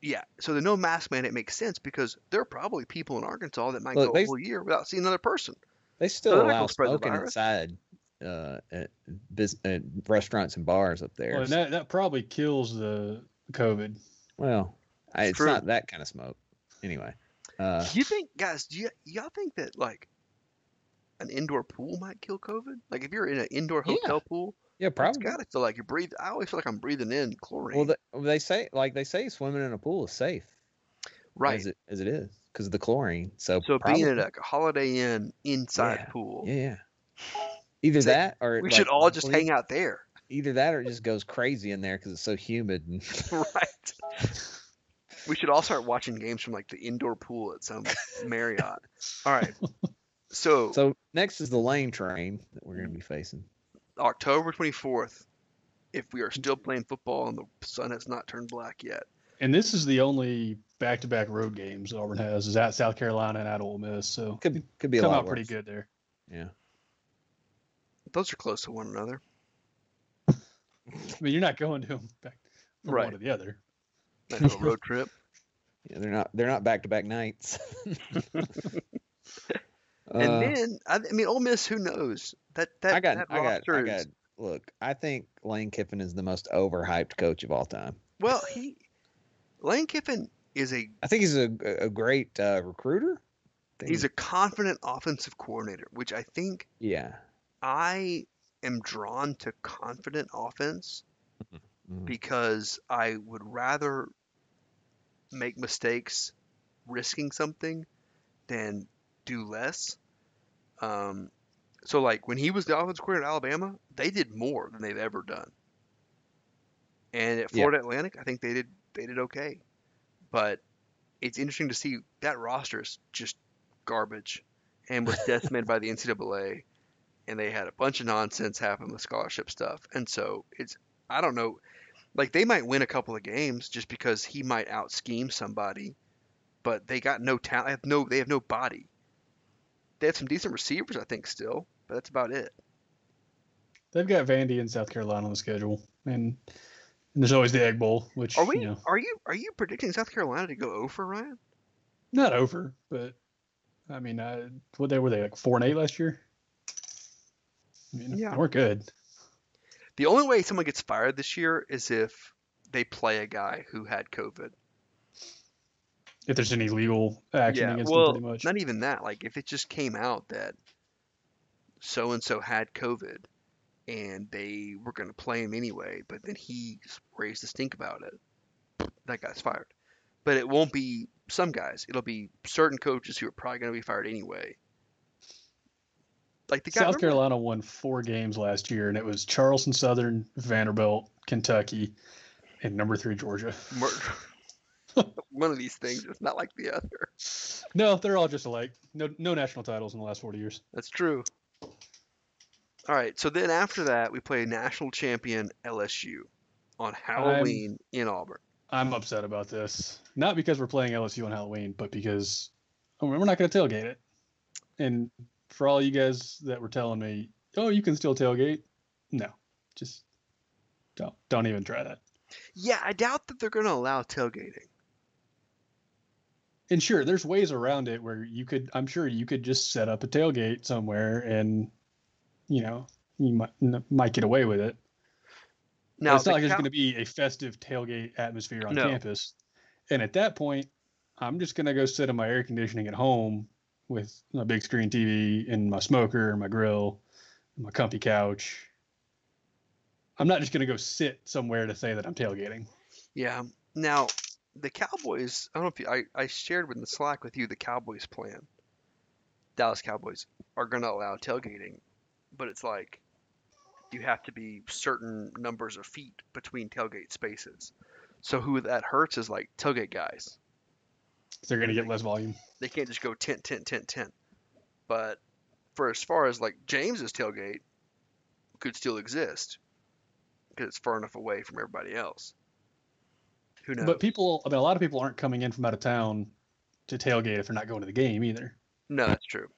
Speaker 7: yeah, so the no mask mandate makes sense because there are probably people in Arkansas that might
Speaker 9: Look,
Speaker 7: go a
Speaker 9: they-
Speaker 7: whole year without seeing another person.
Speaker 9: They still
Speaker 7: they're not
Speaker 9: allow
Speaker 7: gonna spread the
Speaker 9: smoking
Speaker 7: virus.
Speaker 9: inside uh, at, bus at restaurants and bars up there.
Speaker 8: Well, and that, that probably kills the COVID.
Speaker 9: Well, I,
Speaker 7: It's
Speaker 9: it's
Speaker 7: true.
Speaker 9: not that kind of smoke. Anyway, uh,
Speaker 7: Do you think, guys? Do y- y'all think that like an indoor pool might kill COVID? Like if you're in an indoor
Speaker 9: Yeah,
Speaker 7: hotel pool,
Speaker 9: yeah, probably.
Speaker 7: it's gotta feel like you're breathing. I always feel like I'm breathing in chlorine.
Speaker 9: Well, they, they say like they say swimming in a pool is safe,
Speaker 7: right.
Speaker 9: As it, as it is because of the chlorine. So,
Speaker 7: So
Speaker 9: probably,
Speaker 7: being at a Holiday Inn inside
Speaker 9: Yeah,
Speaker 7: pool,
Speaker 9: yeah, yeah. Either
Speaker 7: Say,
Speaker 9: that or
Speaker 7: we should all just hang out there,
Speaker 9: Either that or it just goes crazy in there because it's so humid. And
Speaker 7: right? we should all start watching games from like the indoor pool at some Marriott. All right. So,
Speaker 9: so next is the lane train that we're going to be facing.
Speaker 7: October 24th, if we are still playing football and the sun has not turned black yet,
Speaker 8: And this is the only back to back road games Auburn has is at South Carolina and at Ole Miss. So
Speaker 9: Could could be a
Speaker 8: come
Speaker 9: lot
Speaker 8: out pretty
Speaker 9: worse.
Speaker 8: good there.
Speaker 9: Yeah.
Speaker 7: those are close to one another.
Speaker 8: I mean you're not going to them back from
Speaker 7: Right.
Speaker 8: one to the other.
Speaker 7: Might have a road trip.
Speaker 9: Yeah, they're not they're not back to back nights.
Speaker 7: And
Speaker 9: Uh,
Speaker 7: then, I, I mean, Ole Miss, who knows? That that
Speaker 9: I got
Speaker 7: that
Speaker 9: I got
Speaker 7: roster
Speaker 9: I
Speaker 7: is-
Speaker 9: got look, I think Lane Kiffin is the most overhyped coach of all time.
Speaker 7: Well, he Lane Kiffin is a
Speaker 9: I think he's a, a great uh, recruiter. I
Speaker 7: he's a
Speaker 9: think-
Speaker 7: confident offensive coordinator, which I think
Speaker 9: yeah.
Speaker 7: I am drawn to confident offense
Speaker 9: Mhm.
Speaker 7: because I would rather make mistakes risking something than do less. Um, so, like, when he was the offensive coordinator at Alabama, they did more than they've ever done. And at
Speaker 9: Yeah.
Speaker 7: Florida Atlantic, I think they did they did okay. But it's interesting to see that roster is just garbage and was decimated by the NCAA and they had a bunch of nonsense happen with scholarship stuff. And so it's I don't know like they might win a couple of games just because he might out scheme somebody, but they got no talent they have no they have no body. They have some decent receivers I think still, but that's about it.
Speaker 8: They've got Vandy and South Carolina on the schedule. And and there's always the egg bowl, which
Speaker 7: Are we
Speaker 8: you know
Speaker 7: are you are you predicting South Carolina to go over, Ryan?
Speaker 8: not over, but I mean uh, what they were they like four and eight last year? I mean
Speaker 7: Yeah.
Speaker 8: they weren't good.
Speaker 7: The only way someone gets fired this year is if they play a guy who had COVID.
Speaker 8: If there's any legal action against
Speaker 7: well,
Speaker 8: them pretty much.
Speaker 7: not even that. Like, if it just came out that so and so had COVID and they were going to play him anyway, but then he raised a stink about it, that guy's fired. But it won't be some guys. It'll be certain coaches who are probably going to be fired anyway. Like the guy,
Speaker 8: South
Speaker 7: remember-
Speaker 8: Carolina won four games last year, and it was Charleston Southern, Vanderbilt, Kentucky, and number three Georgia.
Speaker 7: Mur- one of these things is not like the uh, other.
Speaker 8: No, they're all just alike. No, no national titles in the last forty years.
Speaker 7: That's true. All right, so then after that, we play national champion LSU on Halloween in Auburn.
Speaker 8: I'm upset about this, not because we're playing LSU on Halloween, but because oh, we're not going to tailgate it. And for all you guys that were telling me, oh, you can still tailgate, no, just don't, don't even try that.
Speaker 7: Yeah, I doubt that they're going to allow tailgating.
Speaker 8: and sure there's ways around it where you could i'm sure you could just set up a tailgate somewhere and you know you might n- might get away with it.
Speaker 7: Now,
Speaker 8: it's not
Speaker 7: the
Speaker 8: like there's
Speaker 7: Cal-
Speaker 8: going to be a festive tailgate atmosphere on
Speaker 7: No.
Speaker 8: campus. And at that point, I'm just going to go sit in my air conditioning at home with my big screen TV and my smoker and my grill and my comfy couch. I'm not just going to go sit somewhere to say that I'm tailgating.
Speaker 7: Yeah. Now, the Cowboys, I don't know if you, I, I shared with the Slack with you the Cowboys plan. Dallas Cowboys are going to allow tailgating, but it's like you have to be certain numbers of feet between tailgate spaces. So who that hurts is like tailgate guys.
Speaker 8: They're going to get less volume.
Speaker 7: They can't just go tent, tent, tent, tent. But for as far as like James's tailgate could still exist because it's far enough away from everybody else. Who knows?
Speaker 8: But people, I mean, a lot of people aren't coming in from out of town to tailgate if they're not going to the game either.
Speaker 7: no, that's true.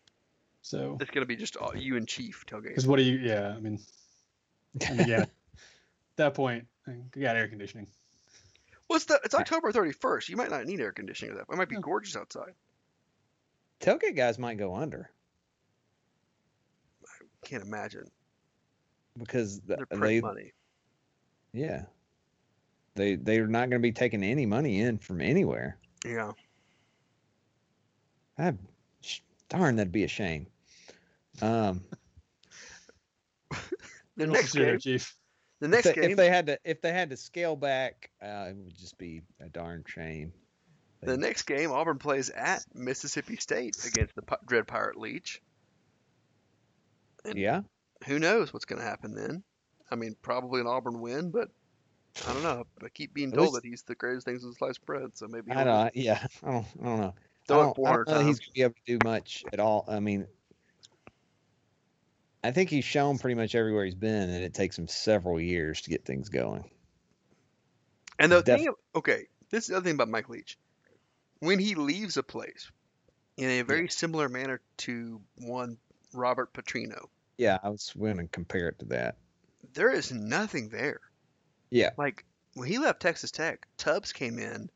Speaker 8: So,
Speaker 7: It's gonna be just all, you and Chief tailgate.
Speaker 8: because what do you, yeah, I mean, and again, at that point, you got air conditioning.
Speaker 7: What's the? It's October thirty first. You might not need air conditioning. That it might be
Speaker 8: Yeah.
Speaker 7: gorgeous outside.
Speaker 9: Tailgate guys might go under
Speaker 7: Can't imagine.
Speaker 9: because th-
Speaker 7: They're pretty
Speaker 9: they
Speaker 7: money.
Speaker 9: yeah they they're not going to be taking any money in from anywhere.
Speaker 7: Yeah.
Speaker 9: I sh- darn that'd be a shame. Um,
Speaker 7: The
Speaker 8: Don't
Speaker 7: next
Speaker 8: sit there,
Speaker 7: game.
Speaker 8: Chief.
Speaker 7: The
Speaker 9: if
Speaker 7: next
Speaker 9: they,
Speaker 7: game.
Speaker 9: if they had to if they had to scale back, uh, it would just be a darn shame.
Speaker 7: the next game. Auburn plays at Mississippi State against the Pi- Dread Pirate Leech. And-
Speaker 9: Yeah,
Speaker 7: Who knows what's gonna happen then? I mean, probably an Auburn win, but I don't know. I keep being
Speaker 9: At
Speaker 7: told
Speaker 9: least-
Speaker 7: that he's the greatest things in sliced bread, so maybe
Speaker 9: I
Speaker 7: he'll
Speaker 9: don't. Yeah, I don't. I don't know. I
Speaker 7: throw it
Speaker 9: don't, I
Speaker 7: 400
Speaker 9: don't know that
Speaker 7: times.
Speaker 9: he's gonna be able to do much at all. I mean, I think he's shown pretty much everywhere he's been, and it takes him several years to get things going.
Speaker 7: And the
Speaker 9: Def-
Speaker 7: thing, of- okay, this is the other thing about Mike Leach. When he leaves a place, in a very similar manner to one Robert Petrino,
Speaker 9: Yeah, I was going to compare it to that.
Speaker 7: there is nothing there.
Speaker 9: Yeah.
Speaker 7: Like when he left Texas Tech, Tubbs came in.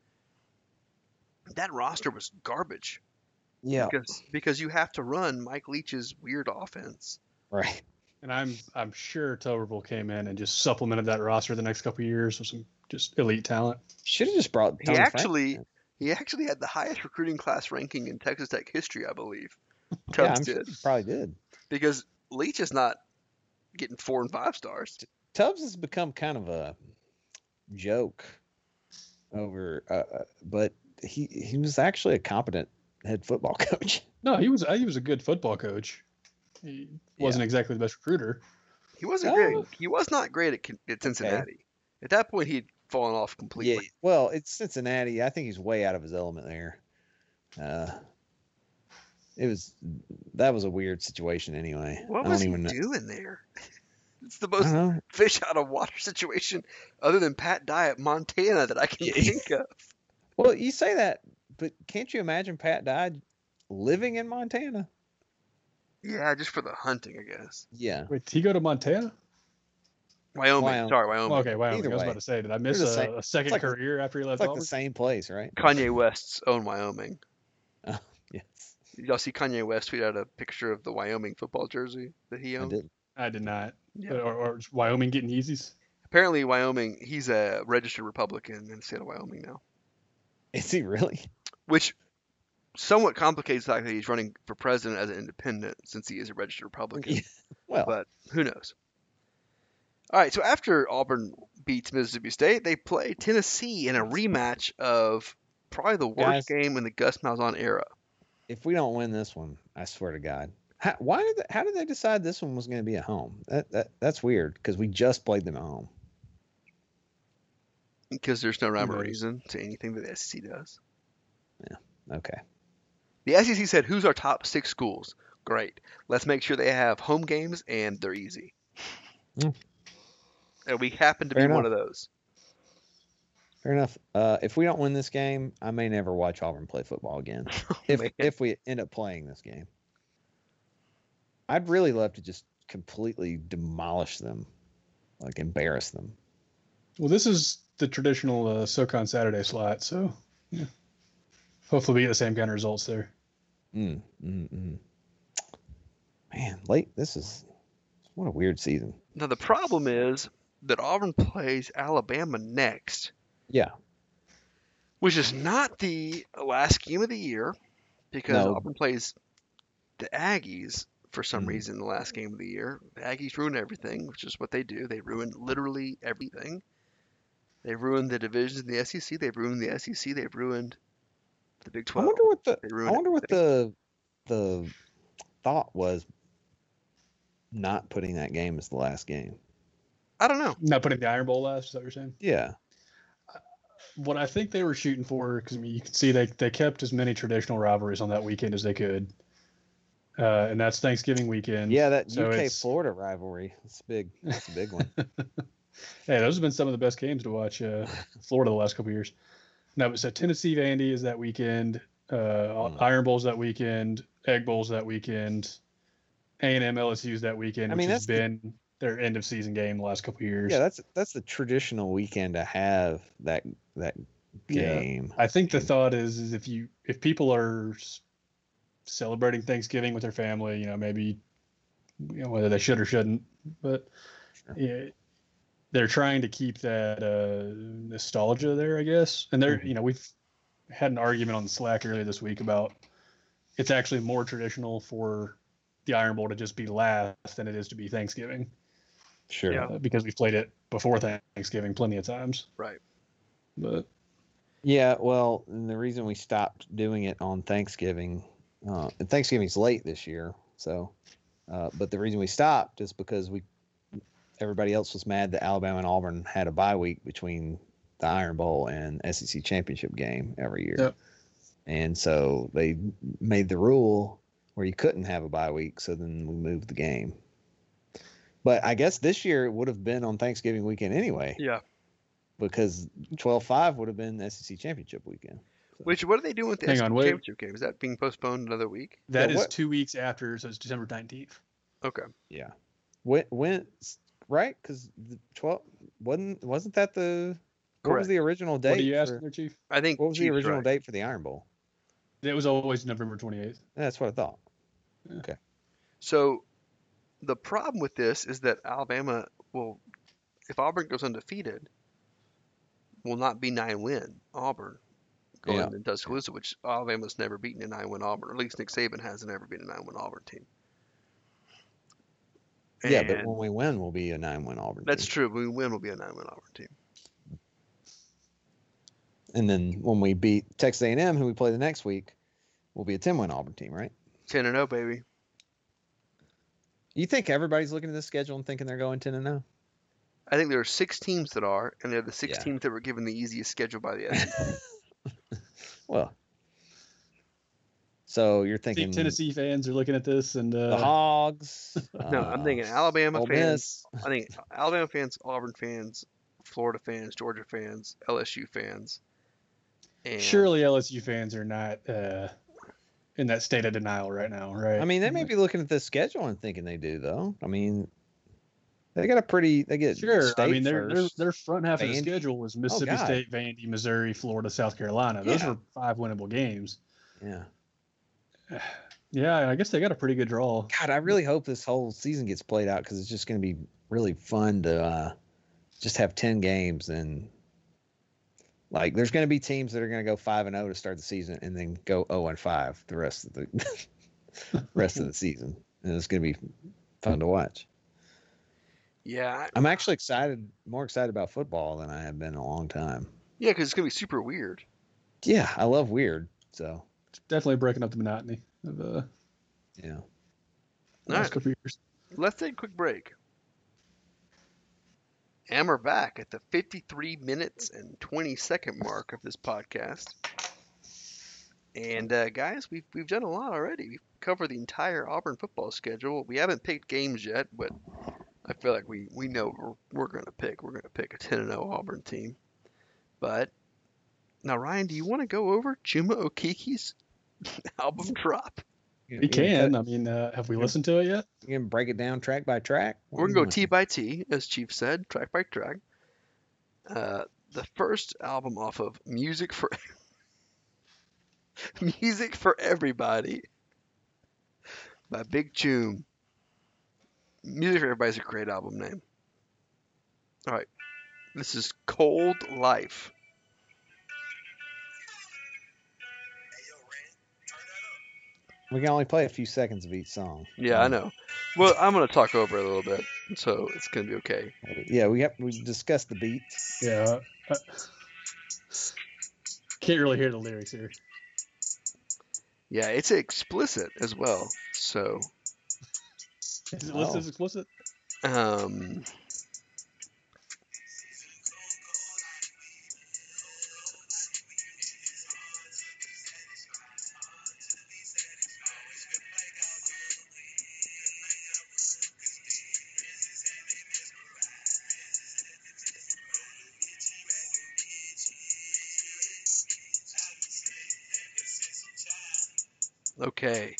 Speaker 7: That roster was garbage
Speaker 9: Yeah.
Speaker 7: because because you have to run Mike Leach's weird offense.
Speaker 9: Right.
Speaker 8: And I'm I'm sure Toverville came in and just supplemented that roster the next couple of years with some just elite talent.
Speaker 9: Should have just brought.
Speaker 7: He
Speaker 9: Tony Frank
Speaker 7: actually
Speaker 9: in.
Speaker 7: he actually had the highest recruiting class ranking in Texas Tech history, I believe.
Speaker 9: Yeah,
Speaker 7: Tubbs
Speaker 9: I'm sure
Speaker 7: did
Speaker 9: he probably did.
Speaker 7: because Leach is not getting four and five stars.
Speaker 9: Tubbs has become kind of a joke over, uh, uh, but he he was actually a competent head football coach.
Speaker 8: No, he was he was a good football coach. He wasn't exactly the best recruiter.
Speaker 7: He wasn't
Speaker 9: Oh.
Speaker 7: great. He was not great at, Con- at Cincinnati. At that point, he'd fallen off completely.
Speaker 9: Yeah. Well, it's Cincinnati. I think he's way out of his element there. Uh, it was that was a weird situation anyway.
Speaker 7: What
Speaker 9: I
Speaker 7: was
Speaker 9: don't
Speaker 7: he
Speaker 9: even know. Uh-huh.
Speaker 7: doing there? it's the
Speaker 9: I don't
Speaker 7: most
Speaker 9: know.
Speaker 7: fish out of water situation other than Pat Dye at Montana that I can
Speaker 9: Yeah.
Speaker 7: think of.
Speaker 9: Well, you say that, but can't you imagine Pat died living in Montana?
Speaker 7: Yeah, just for the hunting, I guess.
Speaker 9: Yeah.
Speaker 8: Wait, did he go to Montana?
Speaker 7: Wyoming.
Speaker 9: Wyoming.
Speaker 7: Sorry, Wyoming.
Speaker 8: okay, wow. I was
Speaker 9: Either way.
Speaker 8: about to say, did I miss
Speaker 9: the
Speaker 8: a,
Speaker 9: same-
Speaker 8: a second
Speaker 9: it's like the-
Speaker 8: career after he
Speaker 9: It's
Speaker 8: left
Speaker 9: like
Speaker 8: Auburn?
Speaker 9: the same place, right?
Speaker 7: Kanye West's own Wyoming.
Speaker 9: Yes.
Speaker 7: Did y'all see Kanye West tweet out a picture of the Wyoming football jersey that he
Speaker 9: I
Speaker 7: owned?
Speaker 9: did.
Speaker 8: I did not.
Speaker 7: Yeah.
Speaker 8: Or, or is Wyoming getting Yeezys?
Speaker 7: Apparently, Wyoming, he's a registered Republican in the state of Wyoming now.
Speaker 9: Is he really?
Speaker 7: which somewhat complicates the fact that he's running for president as an independent since he is a registered Republican.
Speaker 9: Yeah. Well,
Speaker 7: But who knows? All right, so after Auburn beats Mississippi State, they play Tennessee in a rematch of probably the worst
Speaker 9: Guys.
Speaker 7: game in the Gus Malzahn era.
Speaker 9: if we don't win this one, I swear to God. How, why did they, how did they decide this one was going to be at home? That, that that's weird because we just played them at home.
Speaker 7: Because there's no rhyme or
Speaker 9: Mm-hmm.
Speaker 8: knows?
Speaker 7: reason to anything that the SEC does.
Speaker 9: Okay.
Speaker 7: The SEC said, "Who's our top six schools? Great. Let's make sure they have home games and they're easy."
Speaker 9: Mm.
Speaker 7: And we happen to
Speaker 9: Fair
Speaker 7: be one of those.
Speaker 9: Fair enough. Uh, if we don't win this game, I may never watch Auburn play football again. if
Speaker 7: man.
Speaker 9: if we end up playing this game, I'd really love to just completely demolish them, like embarrass them.
Speaker 8: Well, this is the traditional uh, SoCon Saturday slot, so yeah. hopefully we get the same kind of results there.
Speaker 9: Mm, mm, mm. Man, late. This is What a weird season.
Speaker 7: Now the problem is that Auburn plays Alabama next.
Speaker 9: Yeah.
Speaker 7: Which is not the last game of the year because
Speaker 9: No.
Speaker 7: Auburn plays the Aggies for some
Speaker 8: Mm-hmm.
Speaker 9: Mhm.
Speaker 7: reason the last game of the year. The Aggies ruin everything, which is what they do. They ruin literally everything. They've ruined the divisions in the E SEC. They've ruined the SEC. They've ruined the Big
Speaker 9: I
Speaker 7: Twelve.
Speaker 9: wonder what the
Speaker 7: they
Speaker 9: I
Speaker 7: ruined
Speaker 9: wonder what the the thought was not putting that game as the last game.
Speaker 7: I don't know.
Speaker 8: Not putting the Iron Bowl last, is that what you're saying?
Speaker 9: Yeah.
Speaker 8: What I think they were shooting for, because I mean, you can see they, they kept as many traditional rivalries on that weekend as they could. Uh, and that's Thanksgiving weekend.
Speaker 9: Yeah, that
Speaker 8: so
Speaker 9: UK
Speaker 8: it's-
Speaker 9: Florida rivalry. That's big. That's a big one.
Speaker 8: Hey, those have been some of the best games to watch uh, Florida the last couple of years. No, but so Tennessee Vandy is that weekend. Uh,
Speaker 9: Hmm.
Speaker 8: Iron Bowl's that weekend. Egg Bowl's that weekend. A and M LSU's that weekend,
Speaker 9: I mean,
Speaker 8: which has
Speaker 9: that's
Speaker 8: been their end of season game the last couple of years.
Speaker 9: Yeah, that's that's the traditional weekend to have that that
Speaker 8: Yeah.
Speaker 9: game.
Speaker 8: I think the
Speaker 9: and-
Speaker 8: thought is, is if you if people are s- celebrating Thanksgiving with their family, you know, maybe you know, whether they should or shouldn't, but
Speaker 9: Sure.
Speaker 8: yeah, they're trying to keep that uh, nostalgia there, I guess. And
Speaker 7: Mm-hmm.
Speaker 8: they're, you know, we've had an argument on Slack earlier this week about it's actually more traditional for the Iron Bowl to just be last than it is to be Thanksgiving
Speaker 9: Sure.
Speaker 7: Yeah.
Speaker 9: Yeah.
Speaker 8: uh, because we've played it before Thanksgiving plenty of times.
Speaker 7: Right.
Speaker 8: But
Speaker 9: well, and the reason we stopped doing it on Thanksgiving, uh, and Thanksgiving's late this year, so. Uh, but the reason we stopped is because we, everybody else was mad that Alabama and Auburn had a bye week between the Iron Bowl and SEC championship game every year,
Speaker 8: Yep.
Speaker 9: and so they made the rule where you couldn't have a bye week. So then we moved the game. But I guess this year it would have been on Thanksgiving weekend anyway.
Speaker 7: Yeah.
Speaker 9: Because 12-5 would have been SEC championship weekend.
Speaker 7: Which what are they doing with the
Speaker 8: Hang
Speaker 7: SEC
Speaker 8: on, wait.
Speaker 7: championship game? Is that being postponed another week?
Speaker 8: That
Speaker 9: Yeah,
Speaker 8: is
Speaker 9: what-
Speaker 8: two weeks after, so it's December nineteenth.
Speaker 7: Okay.
Speaker 9: Yeah. When when right? Because 12 wasn't wasn't that the what
Speaker 7: Correct.
Speaker 9: was the original date?
Speaker 8: What are you asking,
Speaker 9: for-
Speaker 8: there, Chief?
Speaker 7: I think
Speaker 9: what was the
Speaker 7: Chiefs
Speaker 9: original
Speaker 7: right.
Speaker 9: date for the Iron Bowl?
Speaker 8: It was always November twenty eighth.
Speaker 9: That's what I thought.
Speaker 7: So the problem with this is that Alabama will, if Auburn goes undefeated, will not be nine win Auburn going
Speaker 9: Yeah.
Speaker 7: in Tuscaloosa, which Alabama's never beaten a nine win Auburn. Or at least Nick Saban hasn't ever beaten a nine win Auburn team.
Speaker 9: yeah, but
Speaker 7: And
Speaker 9: when we win, we'll be a nine-win Auburn.
Speaker 7: that's
Speaker 9: team.
Speaker 7: true. We win, we'll be a nine win Auburn team.
Speaker 9: And then when we beat Texas A&M, who we play the next week, we'll be a ten-win Auburn team, right?
Speaker 7: Ten and zero, baby.
Speaker 9: You think everybody's looking at this schedule and thinking they're going ten and oh? zero?
Speaker 7: I think there are six teams that are, and they're the six
Speaker 9: Yeah.
Speaker 7: teams that were given the easiest schedule by the E SEC.
Speaker 9: Well, so you're
Speaker 8: I
Speaker 9: thinking
Speaker 8: think Tennessee fans are looking at this, and
Speaker 9: the
Speaker 8: uh,
Speaker 9: Hogs? uh,
Speaker 7: no, I'm thinking Alabama
Speaker 9: Ole
Speaker 7: fans.
Speaker 9: Miss.
Speaker 7: I think Alabama fans, Auburn fans, Florida fans, Georgia fans, LSU fans. And
Speaker 8: surely LSU fans are not uh, in that state of denial right now, right?
Speaker 9: I mean, they may be looking at the schedule and thinking they do though. I mean, they got a pretty. They get
Speaker 8: sure.
Speaker 9: State
Speaker 8: I mean, their their
Speaker 9: first.
Speaker 8: their front half of the
Speaker 9: Vandy. Oh,
Speaker 8: schedule was Mississippi
Speaker 9: God.
Speaker 8: State, Vandy, Missouri, Florida, South Carolina. Those
Speaker 9: Yeah.
Speaker 8: were five winnable games.
Speaker 9: yeah.
Speaker 8: Yeah, I guess they got a pretty good draw.
Speaker 9: God, I really hope this whole season gets played out because it's just going to be really fun to uh, just have ten games and like there's going to be teams that are going to go five and zero to start the season and then go zero and five the rest of the rest of the season, and it's going to be fun to watch.
Speaker 7: Yeah,
Speaker 9: I'm actually excited, more excited about football than I have been in a long time.
Speaker 7: yeah, because it's gonna be super weird.
Speaker 9: Yeah, I love weird, so
Speaker 8: Definitely breaking up the monotony of uh, the
Speaker 9: yeah.
Speaker 7: All
Speaker 8: last
Speaker 7: right,
Speaker 8: couple of years.
Speaker 7: let's take a quick break. And we're back at the 53 minutes and 20 second mark of this podcast. And uh, guys, we've we've done a lot already. We've covered the entire Auburn football schedule. We haven't picked games yet, but I feel like we we know we're, we're going to pick. We're going to pick a 10 and 0 Auburn team. But now, Ryan, do you want to go over Chuma Okiki's album drop?
Speaker 9: You,
Speaker 8: We
Speaker 9: you gonna
Speaker 8: can.
Speaker 9: cut-
Speaker 8: I mean, uh, have we listened to it yet?
Speaker 9: You can break it down track by track. What
Speaker 7: We're
Speaker 9: do
Speaker 7: gonna
Speaker 9: you
Speaker 7: go
Speaker 9: want?
Speaker 7: T by T, as Chief said, track by track. Uh, the first album off of Music for Music for Everybody by Big Choom. Music for Everybody's a great album name. All right. This is Cold Life.
Speaker 9: We can only play a few seconds of each song.
Speaker 7: Yeah, I know. Well, I'm going to talk over it a little bit, so it's going to be okay.
Speaker 9: Yeah, we have we discussed the beats.
Speaker 8: Yeah. uh, Can't really hear the lyrics here.
Speaker 7: Yeah, it's explicit as well. So,
Speaker 8: Is it listed
Speaker 9: Oh.
Speaker 8: as explicit?
Speaker 7: um, okay.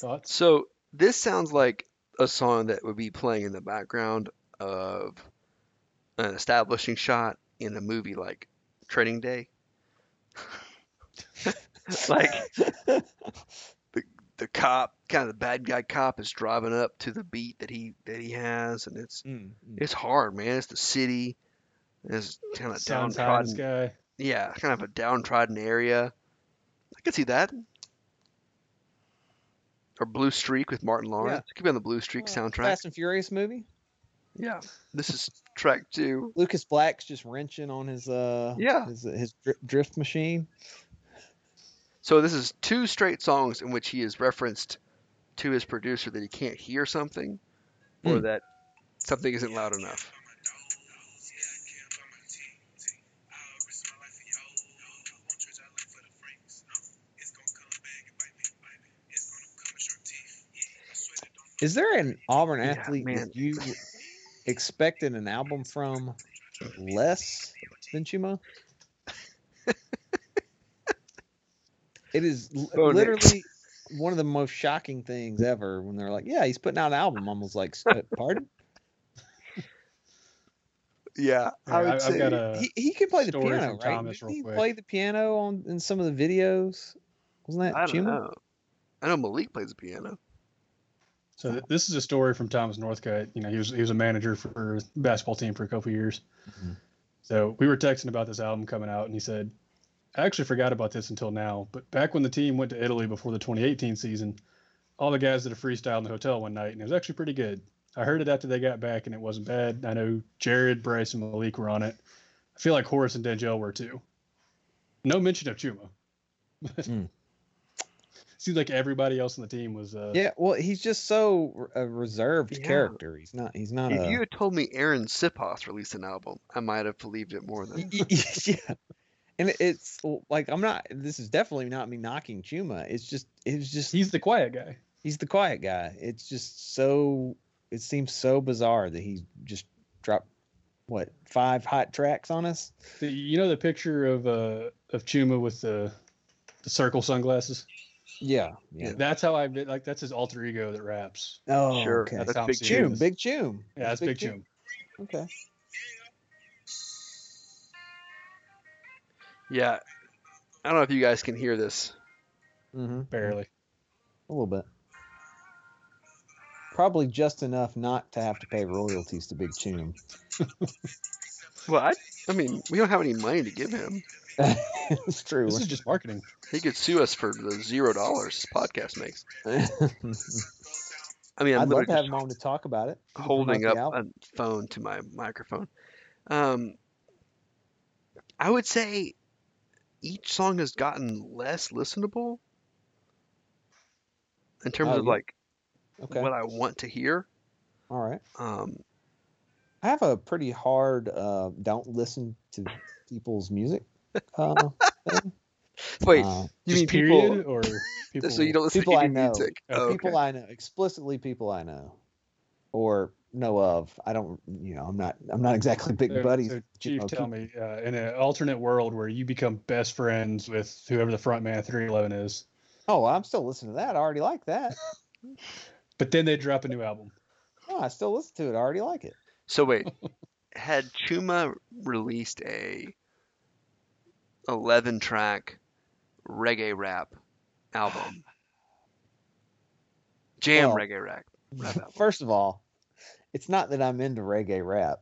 Speaker 8: Thoughts?
Speaker 7: So this sounds like a song that would be playing in the background of an establishing shot in a movie like Training Day. like the the cop, kind of the bad guy cop, is driving up to the beat that he that he has, and it's it's hard, man. It's the city. It's kind of
Speaker 8: Sounds high in the
Speaker 7: downtrodden.
Speaker 8: sky.
Speaker 7: Yeah, kind of a downtrodden area. I could see that. Or Blue Streak with Martin Lawrence. It could be on the Blue Streak soundtrack.
Speaker 9: Uh, Fast and Furious movie.
Speaker 7: Yeah. This is track two.
Speaker 9: Lucas Black's just wrenching on his uh
Speaker 7: Yeah.
Speaker 9: his, his dri- drift machine.
Speaker 7: So this is two straight songs in which he is referenced to his producer that he can't hear something or
Speaker 9: Hmm.
Speaker 7: that something isn't loud enough.
Speaker 9: Is there an Auburn
Speaker 7: Yeah,
Speaker 9: athlete
Speaker 7: man.
Speaker 9: that you expected an album from less than Chuma? it is l-
Speaker 7: Oh, Nick.
Speaker 9: literally one of the most shocking things ever when they're like, "Yeah, he's putting out an album." I was like, "Uh, "Pardon?"
Speaker 7: Yeah. I
Speaker 8: Yeah,
Speaker 7: would
Speaker 8: I- I've
Speaker 7: say
Speaker 8: got a-
Speaker 9: he, he can play the
Speaker 8: Story
Speaker 9: piano,
Speaker 8: Uh, from
Speaker 9: right?
Speaker 8: Thomas
Speaker 9: Didn't
Speaker 8: real
Speaker 9: he
Speaker 8: quick.
Speaker 9: play the piano on in some of the videos? Wasn't that
Speaker 7: I don't
Speaker 9: Chuma?
Speaker 7: know. I know Malik plays the piano.
Speaker 8: So th- this is a story from Thomas Northcutt. You know, he was he was a manager for a basketball team for a couple years.
Speaker 9: Mhm.
Speaker 8: So we were texting about this album coming out, and he said, "I actually forgot about this until now. But back when the team went to Italy before the 2018 season, all the guys did a freestyle in the hotel one night, and it was actually pretty good. I heard it after they got back, and it wasn't bad. I know Jared, Bryce, and Malik were on it. I feel like Horace and Dangel were too. No mention of Chuma.
Speaker 9: Mm.
Speaker 8: Seems like everybody else on the team was uh,
Speaker 9: Yeah, well, he's just so r- a reserved
Speaker 7: Yeah.
Speaker 9: character. He's not. He's not
Speaker 7: If
Speaker 9: a.
Speaker 7: you had told me Aaron Sipos released an album, I might have believed it more than
Speaker 9: yeah. And it- it's l- like I'm not. This is definitely not me knocking Chuma. It's just it's just
Speaker 8: He's the quiet guy.
Speaker 9: he's the quiet guy. It's just so it seems so bizarre that he just dropped what five hot tracks on us.
Speaker 8: The- You know the picture of uh of Chuma with the the circle sunglasses.
Speaker 9: Yeah, yeah.
Speaker 8: That's how I vi- like. That's his alter ego that raps.
Speaker 9: Oh,
Speaker 7: sure.
Speaker 9: okay.
Speaker 7: That's
Speaker 8: That's how I'm
Speaker 7: big
Speaker 8: seeing
Speaker 7: tune.
Speaker 9: Chum,
Speaker 8: this.
Speaker 9: big Chum.
Speaker 8: Yeah, that's Big Chum.
Speaker 9: Okay.
Speaker 7: Yeah. I don't know if you guys can hear this.
Speaker 9: Mm-hmm.
Speaker 8: Barely.
Speaker 9: A little bit. Probably just enough not to have to pay royalties to Big Chum.
Speaker 7: Well, I, I mean, we don't have any money to give him.
Speaker 9: it's true.
Speaker 8: This is just marketing.
Speaker 7: He could sue us for the zero dollars this podcast makes.
Speaker 9: I'd
Speaker 7: I mean,
Speaker 9: love
Speaker 7: I'm
Speaker 9: to
Speaker 7: literally
Speaker 9: have
Speaker 7: just
Speaker 9: him on to talk about it. We can promote
Speaker 7: holding
Speaker 9: the
Speaker 7: up
Speaker 9: album.
Speaker 7: a phone to my microphone. Um, I would say each song has gotten less listenable in terms
Speaker 9: Oh,
Speaker 7: of
Speaker 9: yeah.
Speaker 7: like
Speaker 9: Okay.
Speaker 7: what I want to hear.
Speaker 9: All right.
Speaker 7: Um,
Speaker 9: I have a pretty hard uh, don't listen to people's music. Uh,
Speaker 7: wait,
Speaker 9: uh,
Speaker 7: you
Speaker 8: Just
Speaker 7: mean
Speaker 8: period
Speaker 7: people?
Speaker 8: or people?
Speaker 7: So you don't listen
Speaker 9: people
Speaker 7: to
Speaker 9: I
Speaker 7: any
Speaker 9: know.
Speaker 7: music?
Speaker 8: Uh,
Speaker 7: Oh, okay.
Speaker 9: people I know, explicitly people I know, or know of. I don't, you know, I'm not, I'm not exactly big
Speaker 8: So-
Speaker 9: buddies.
Speaker 8: So
Speaker 9: with
Speaker 8: Chief,
Speaker 9: Jim
Speaker 8: tell
Speaker 9: O'Keefe.
Speaker 8: me, uh, in an alternate world where you become best friends with whoever the front man of 311 is,
Speaker 9: Oh, I'm still listening to that. I already like that.
Speaker 8: but then they drop a new album.
Speaker 9: Oh, I still listen to it. I already like it.
Speaker 7: So wait, had Chuma released a eleven track reggae rap album? Jam
Speaker 9: Well,
Speaker 7: reggae rap. rap album.
Speaker 9: First of all, it's not that I'm into reggae rap.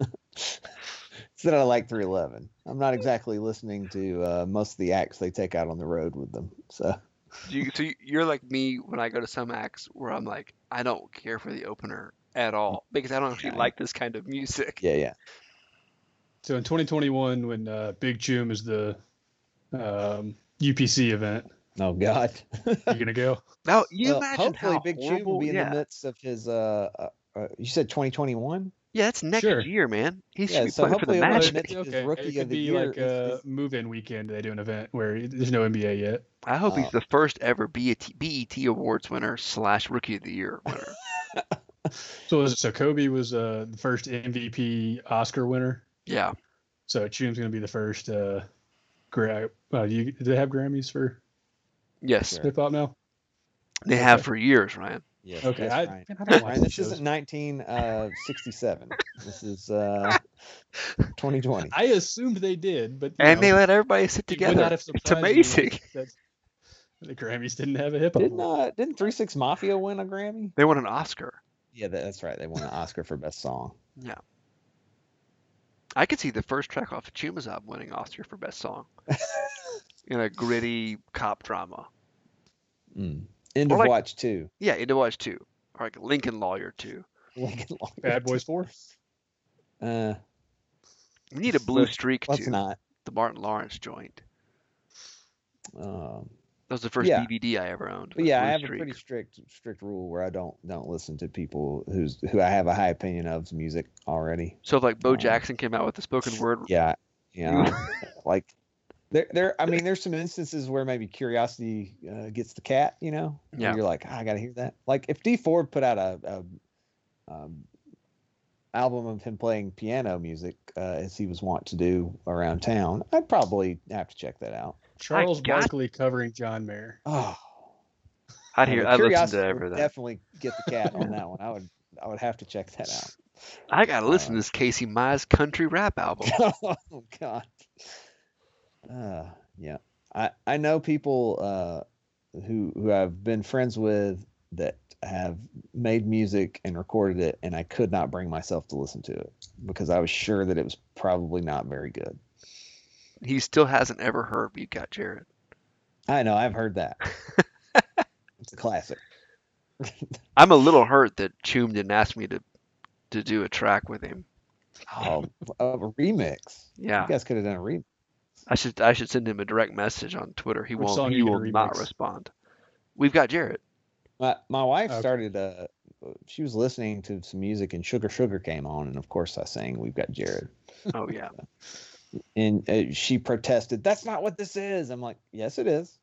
Speaker 9: it's that I like 311. I'm not exactly listening to uh, most of the acts they take out on the road with them. So
Speaker 7: You, so you- you're like me when I go to some acts where I'm like, I don't care for the opener at all because I don't actually
Speaker 9: Yeah.
Speaker 7: like this kind of music.
Speaker 9: yeah, yeah.
Speaker 8: So in 2021, when uh, Big Chum is the um, UPC event,
Speaker 9: Oh God.
Speaker 8: you gonna go?
Speaker 7: Now you
Speaker 9: Well,
Speaker 7: imagine
Speaker 9: hopefully
Speaker 7: how
Speaker 9: Big June
Speaker 7: horrible.
Speaker 9: will be in
Speaker 7: yeah.
Speaker 9: the midst of his. Uh, uh, uh, you said 2021.
Speaker 7: yeah, that's next
Speaker 8: Sure.
Speaker 7: year, man. He should
Speaker 9: Yeah,
Speaker 7: be
Speaker 9: so
Speaker 7: playing for the
Speaker 9: hopefully it
Speaker 7: match.
Speaker 9: was next- It's his rookie
Speaker 8: It
Speaker 9: of
Speaker 8: could
Speaker 9: the
Speaker 8: be
Speaker 9: year
Speaker 8: like
Speaker 9: is-
Speaker 8: a
Speaker 9: is-
Speaker 8: move-in weekend. They do an event where there's no NBA yet.
Speaker 7: I hope he's
Speaker 9: Oh.
Speaker 7: the first ever E BET, BET Awards winner slash Rookie of the Year winner.
Speaker 8: So was it- so Kobe was uh, the first MVP Oscar winner.
Speaker 7: yeah,
Speaker 8: So Chum's gonna be the first. Uh, gra- uh, you, do they have Grammys for
Speaker 7: yes,
Speaker 9: Sure.
Speaker 8: hip hop now?
Speaker 7: they have for years, Ryan.
Speaker 9: Yes.
Speaker 8: Okay,
Speaker 9: that's
Speaker 8: I,
Speaker 9: right.
Speaker 8: man, I don't watch
Speaker 9: Ryan,
Speaker 8: these
Speaker 9: this
Speaker 8: shows.
Speaker 9: isn't 1967. this is uh, 2020.
Speaker 8: I assumed they did, but you
Speaker 7: And
Speaker 8: know,
Speaker 7: they let everybody sit
Speaker 8: it would not
Speaker 7: together.
Speaker 8: have
Speaker 7: It's
Speaker 8: surprised me
Speaker 7: amazing.
Speaker 8: that The Grammys didn't have a hip hop.
Speaker 9: Didn't uh, didn't Three Six Mafia win a Grammy?
Speaker 7: They won an Oscar.
Speaker 9: Yeah, that, that's right. They won an Oscar for best song.
Speaker 7: I could see the first track off of Chuma's album winning Oscar for Best Song in a gritty cop drama.
Speaker 9: Mm. End
Speaker 7: Or
Speaker 9: of
Speaker 7: like-
Speaker 9: Watch Two.
Speaker 7: Yeah, Into Watch 2. Or like Lincoln Lawyer 2.
Speaker 9: Lincoln Lawyer
Speaker 8: Bad Boys Four.
Speaker 9: Two. Uh,
Speaker 7: We need a
Speaker 9: Let's-
Speaker 7: Blue Streak
Speaker 9: let's
Speaker 7: 2.
Speaker 9: not.
Speaker 7: The Martin Lawrence joint.
Speaker 9: Um,
Speaker 7: That was the first
Speaker 9: Yeah.
Speaker 7: DVD I ever owned.
Speaker 9: but
Speaker 7: was
Speaker 9: yeah,
Speaker 7: Blue
Speaker 9: I have a
Speaker 7: Streak.
Speaker 9: pretty strict strict rule where I don't don't listen to people who's who I have a high opinion of's music already.
Speaker 7: So if like Bo
Speaker 9: um,
Speaker 7: Jackson came out with the spoken word,
Speaker 9: Yeah, yeah. like there, there. I mean, there's some instances where maybe curiosity uh, gets the cat. You know, where
Speaker 7: Yeah.
Speaker 9: You're like, "Ah, I gotta hear that. Like if D Ford put out a, a um, album of him playing piano music uh, as he was wont to do around town, I'd probably have to check that out.
Speaker 8: Charles
Speaker 7: got-
Speaker 8: Barkley covering John Mayer.
Speaker 9: Oh,
Speaker 7: I'd hear,
Speaker 9: the
Speaker 7: I'd listen
Speaker 9: Oh, curiosity
Speaker 7: to
Speaker 9: would
Speaker 7: every of that.
Speaker 9: Definitely get the cat on that one. I would, I would have to check that out.
Speaker 7: I gotta listen
Speaker 9: uh,
Speaker 7: to this Casey Mize country rap album.
Speaker 9: oh god uh yeah i i know people uh who who i've been friends with that have made music and recorded it and i could not bring myself to listen to it because i was sure that it was probably not very good
Speaker 7: He still hasn't ever heard Beat Got Jared.
Speaker 9: i know i've heard that it's a classic
Speaker 7: I'm a little hurt that Chum didn't ask me to to do a track with him.
Speaker 9: oh a remix
Speaker 7: Yeah,
Speaker 9: you guys could have done a remix
Speaker 7: I should I should send him a direct message on Twitter. He
Speaker 8: Which
Speaker 7: won't.
Speaker 8: song
Speaker 7: He
Speaker 8: you
Speaker 7: will
Speaker 8: gonna
Speaker 7: not
Speaker 8: remix?
Speaker 7: respond. We've got Jared.
Speaker 9: My my wife
Speaker 8: Okay.
Speaker 9: started uh she was listening to some music and Sugar Sugar came on and of course I sang We've Got Jared
Speaker 7: Oh yeah.
Speaker 9: and uh, she protested that's not what this is. I'm like, yes it is.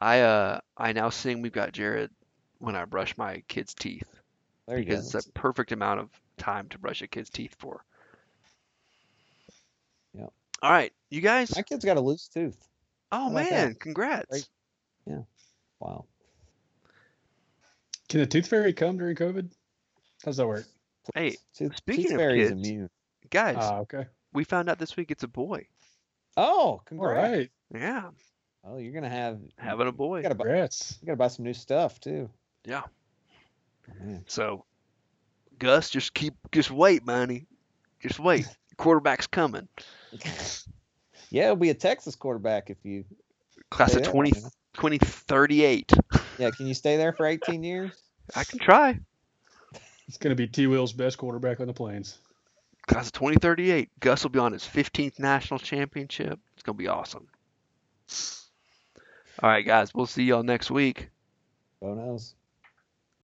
Speaker 7: I uh I now sing We've Got Jared when I brush my kids' teeth
Speaker 9: There you go.
Speaker 7: because uh, it's a perfect amount of time to brush a kid's teeth for.
Speaker 9: Yep.
Speaker 7: All right, you guys.
Speaker 9: My kid's got a loose tooth.
Speaker 7: oh
Speaker 9: like that.
Speaker 7: man, congrats.
Speaker 9: Great. Wow.
Speaker 8: Can the Tooth Fairy come during COVID? How's that work?
Speaker 7: Hey,
Speaker 9: Tooth,
Speaker 7: Speaking
Speaker 9: tooth
Speaker 7: of
Speaker 9: fairy is
Speaker 7: kids-
Speaker 9: immune.
Speaker 7: guys,
Speaker 9: Uh,
Speaker 8: Ah, okay.
Speaker 7: we found out this week it's a boy.
Speaker 9: Oh,
Speaker 8: All
Speaker 9: congrats.
Speaker 8: right.
Speaker 7: Yeah,
Speaker 9: Oh, you're gonna have
Speaker 7: having a boy.
Speaker 9: you gotta buy
Speaker 8: Congrats.
Speaker 9: you gotta buy some new stuff too.
Speaker 7: Yeah.
Speaker 9: Man.
Speaker 7: So, Gus, just keep, just wait, Money. Just wait. Quarterback's coming.
Speaker 9: yeah, it'll be a Texas quarterback if you
Speaker 7: Class
Speaker 9: stay
Speaker 7: of
Speaker 9: there
Speaker 7: 20,
Speaker 9: long enough.
Speaker 7: 2038.
Speaker 9: Yeah, can you stay there for 18 years?
Speaker 7: I can try.
Speaker 8: It's gonna be T Will's best quarterback on the plains.
Speaker 7: Class of 2038. Gus will be on his 15th national championship. It's going to be awesome. All right, guys. We'll see y'all next week.
Speaker 9: Who knows?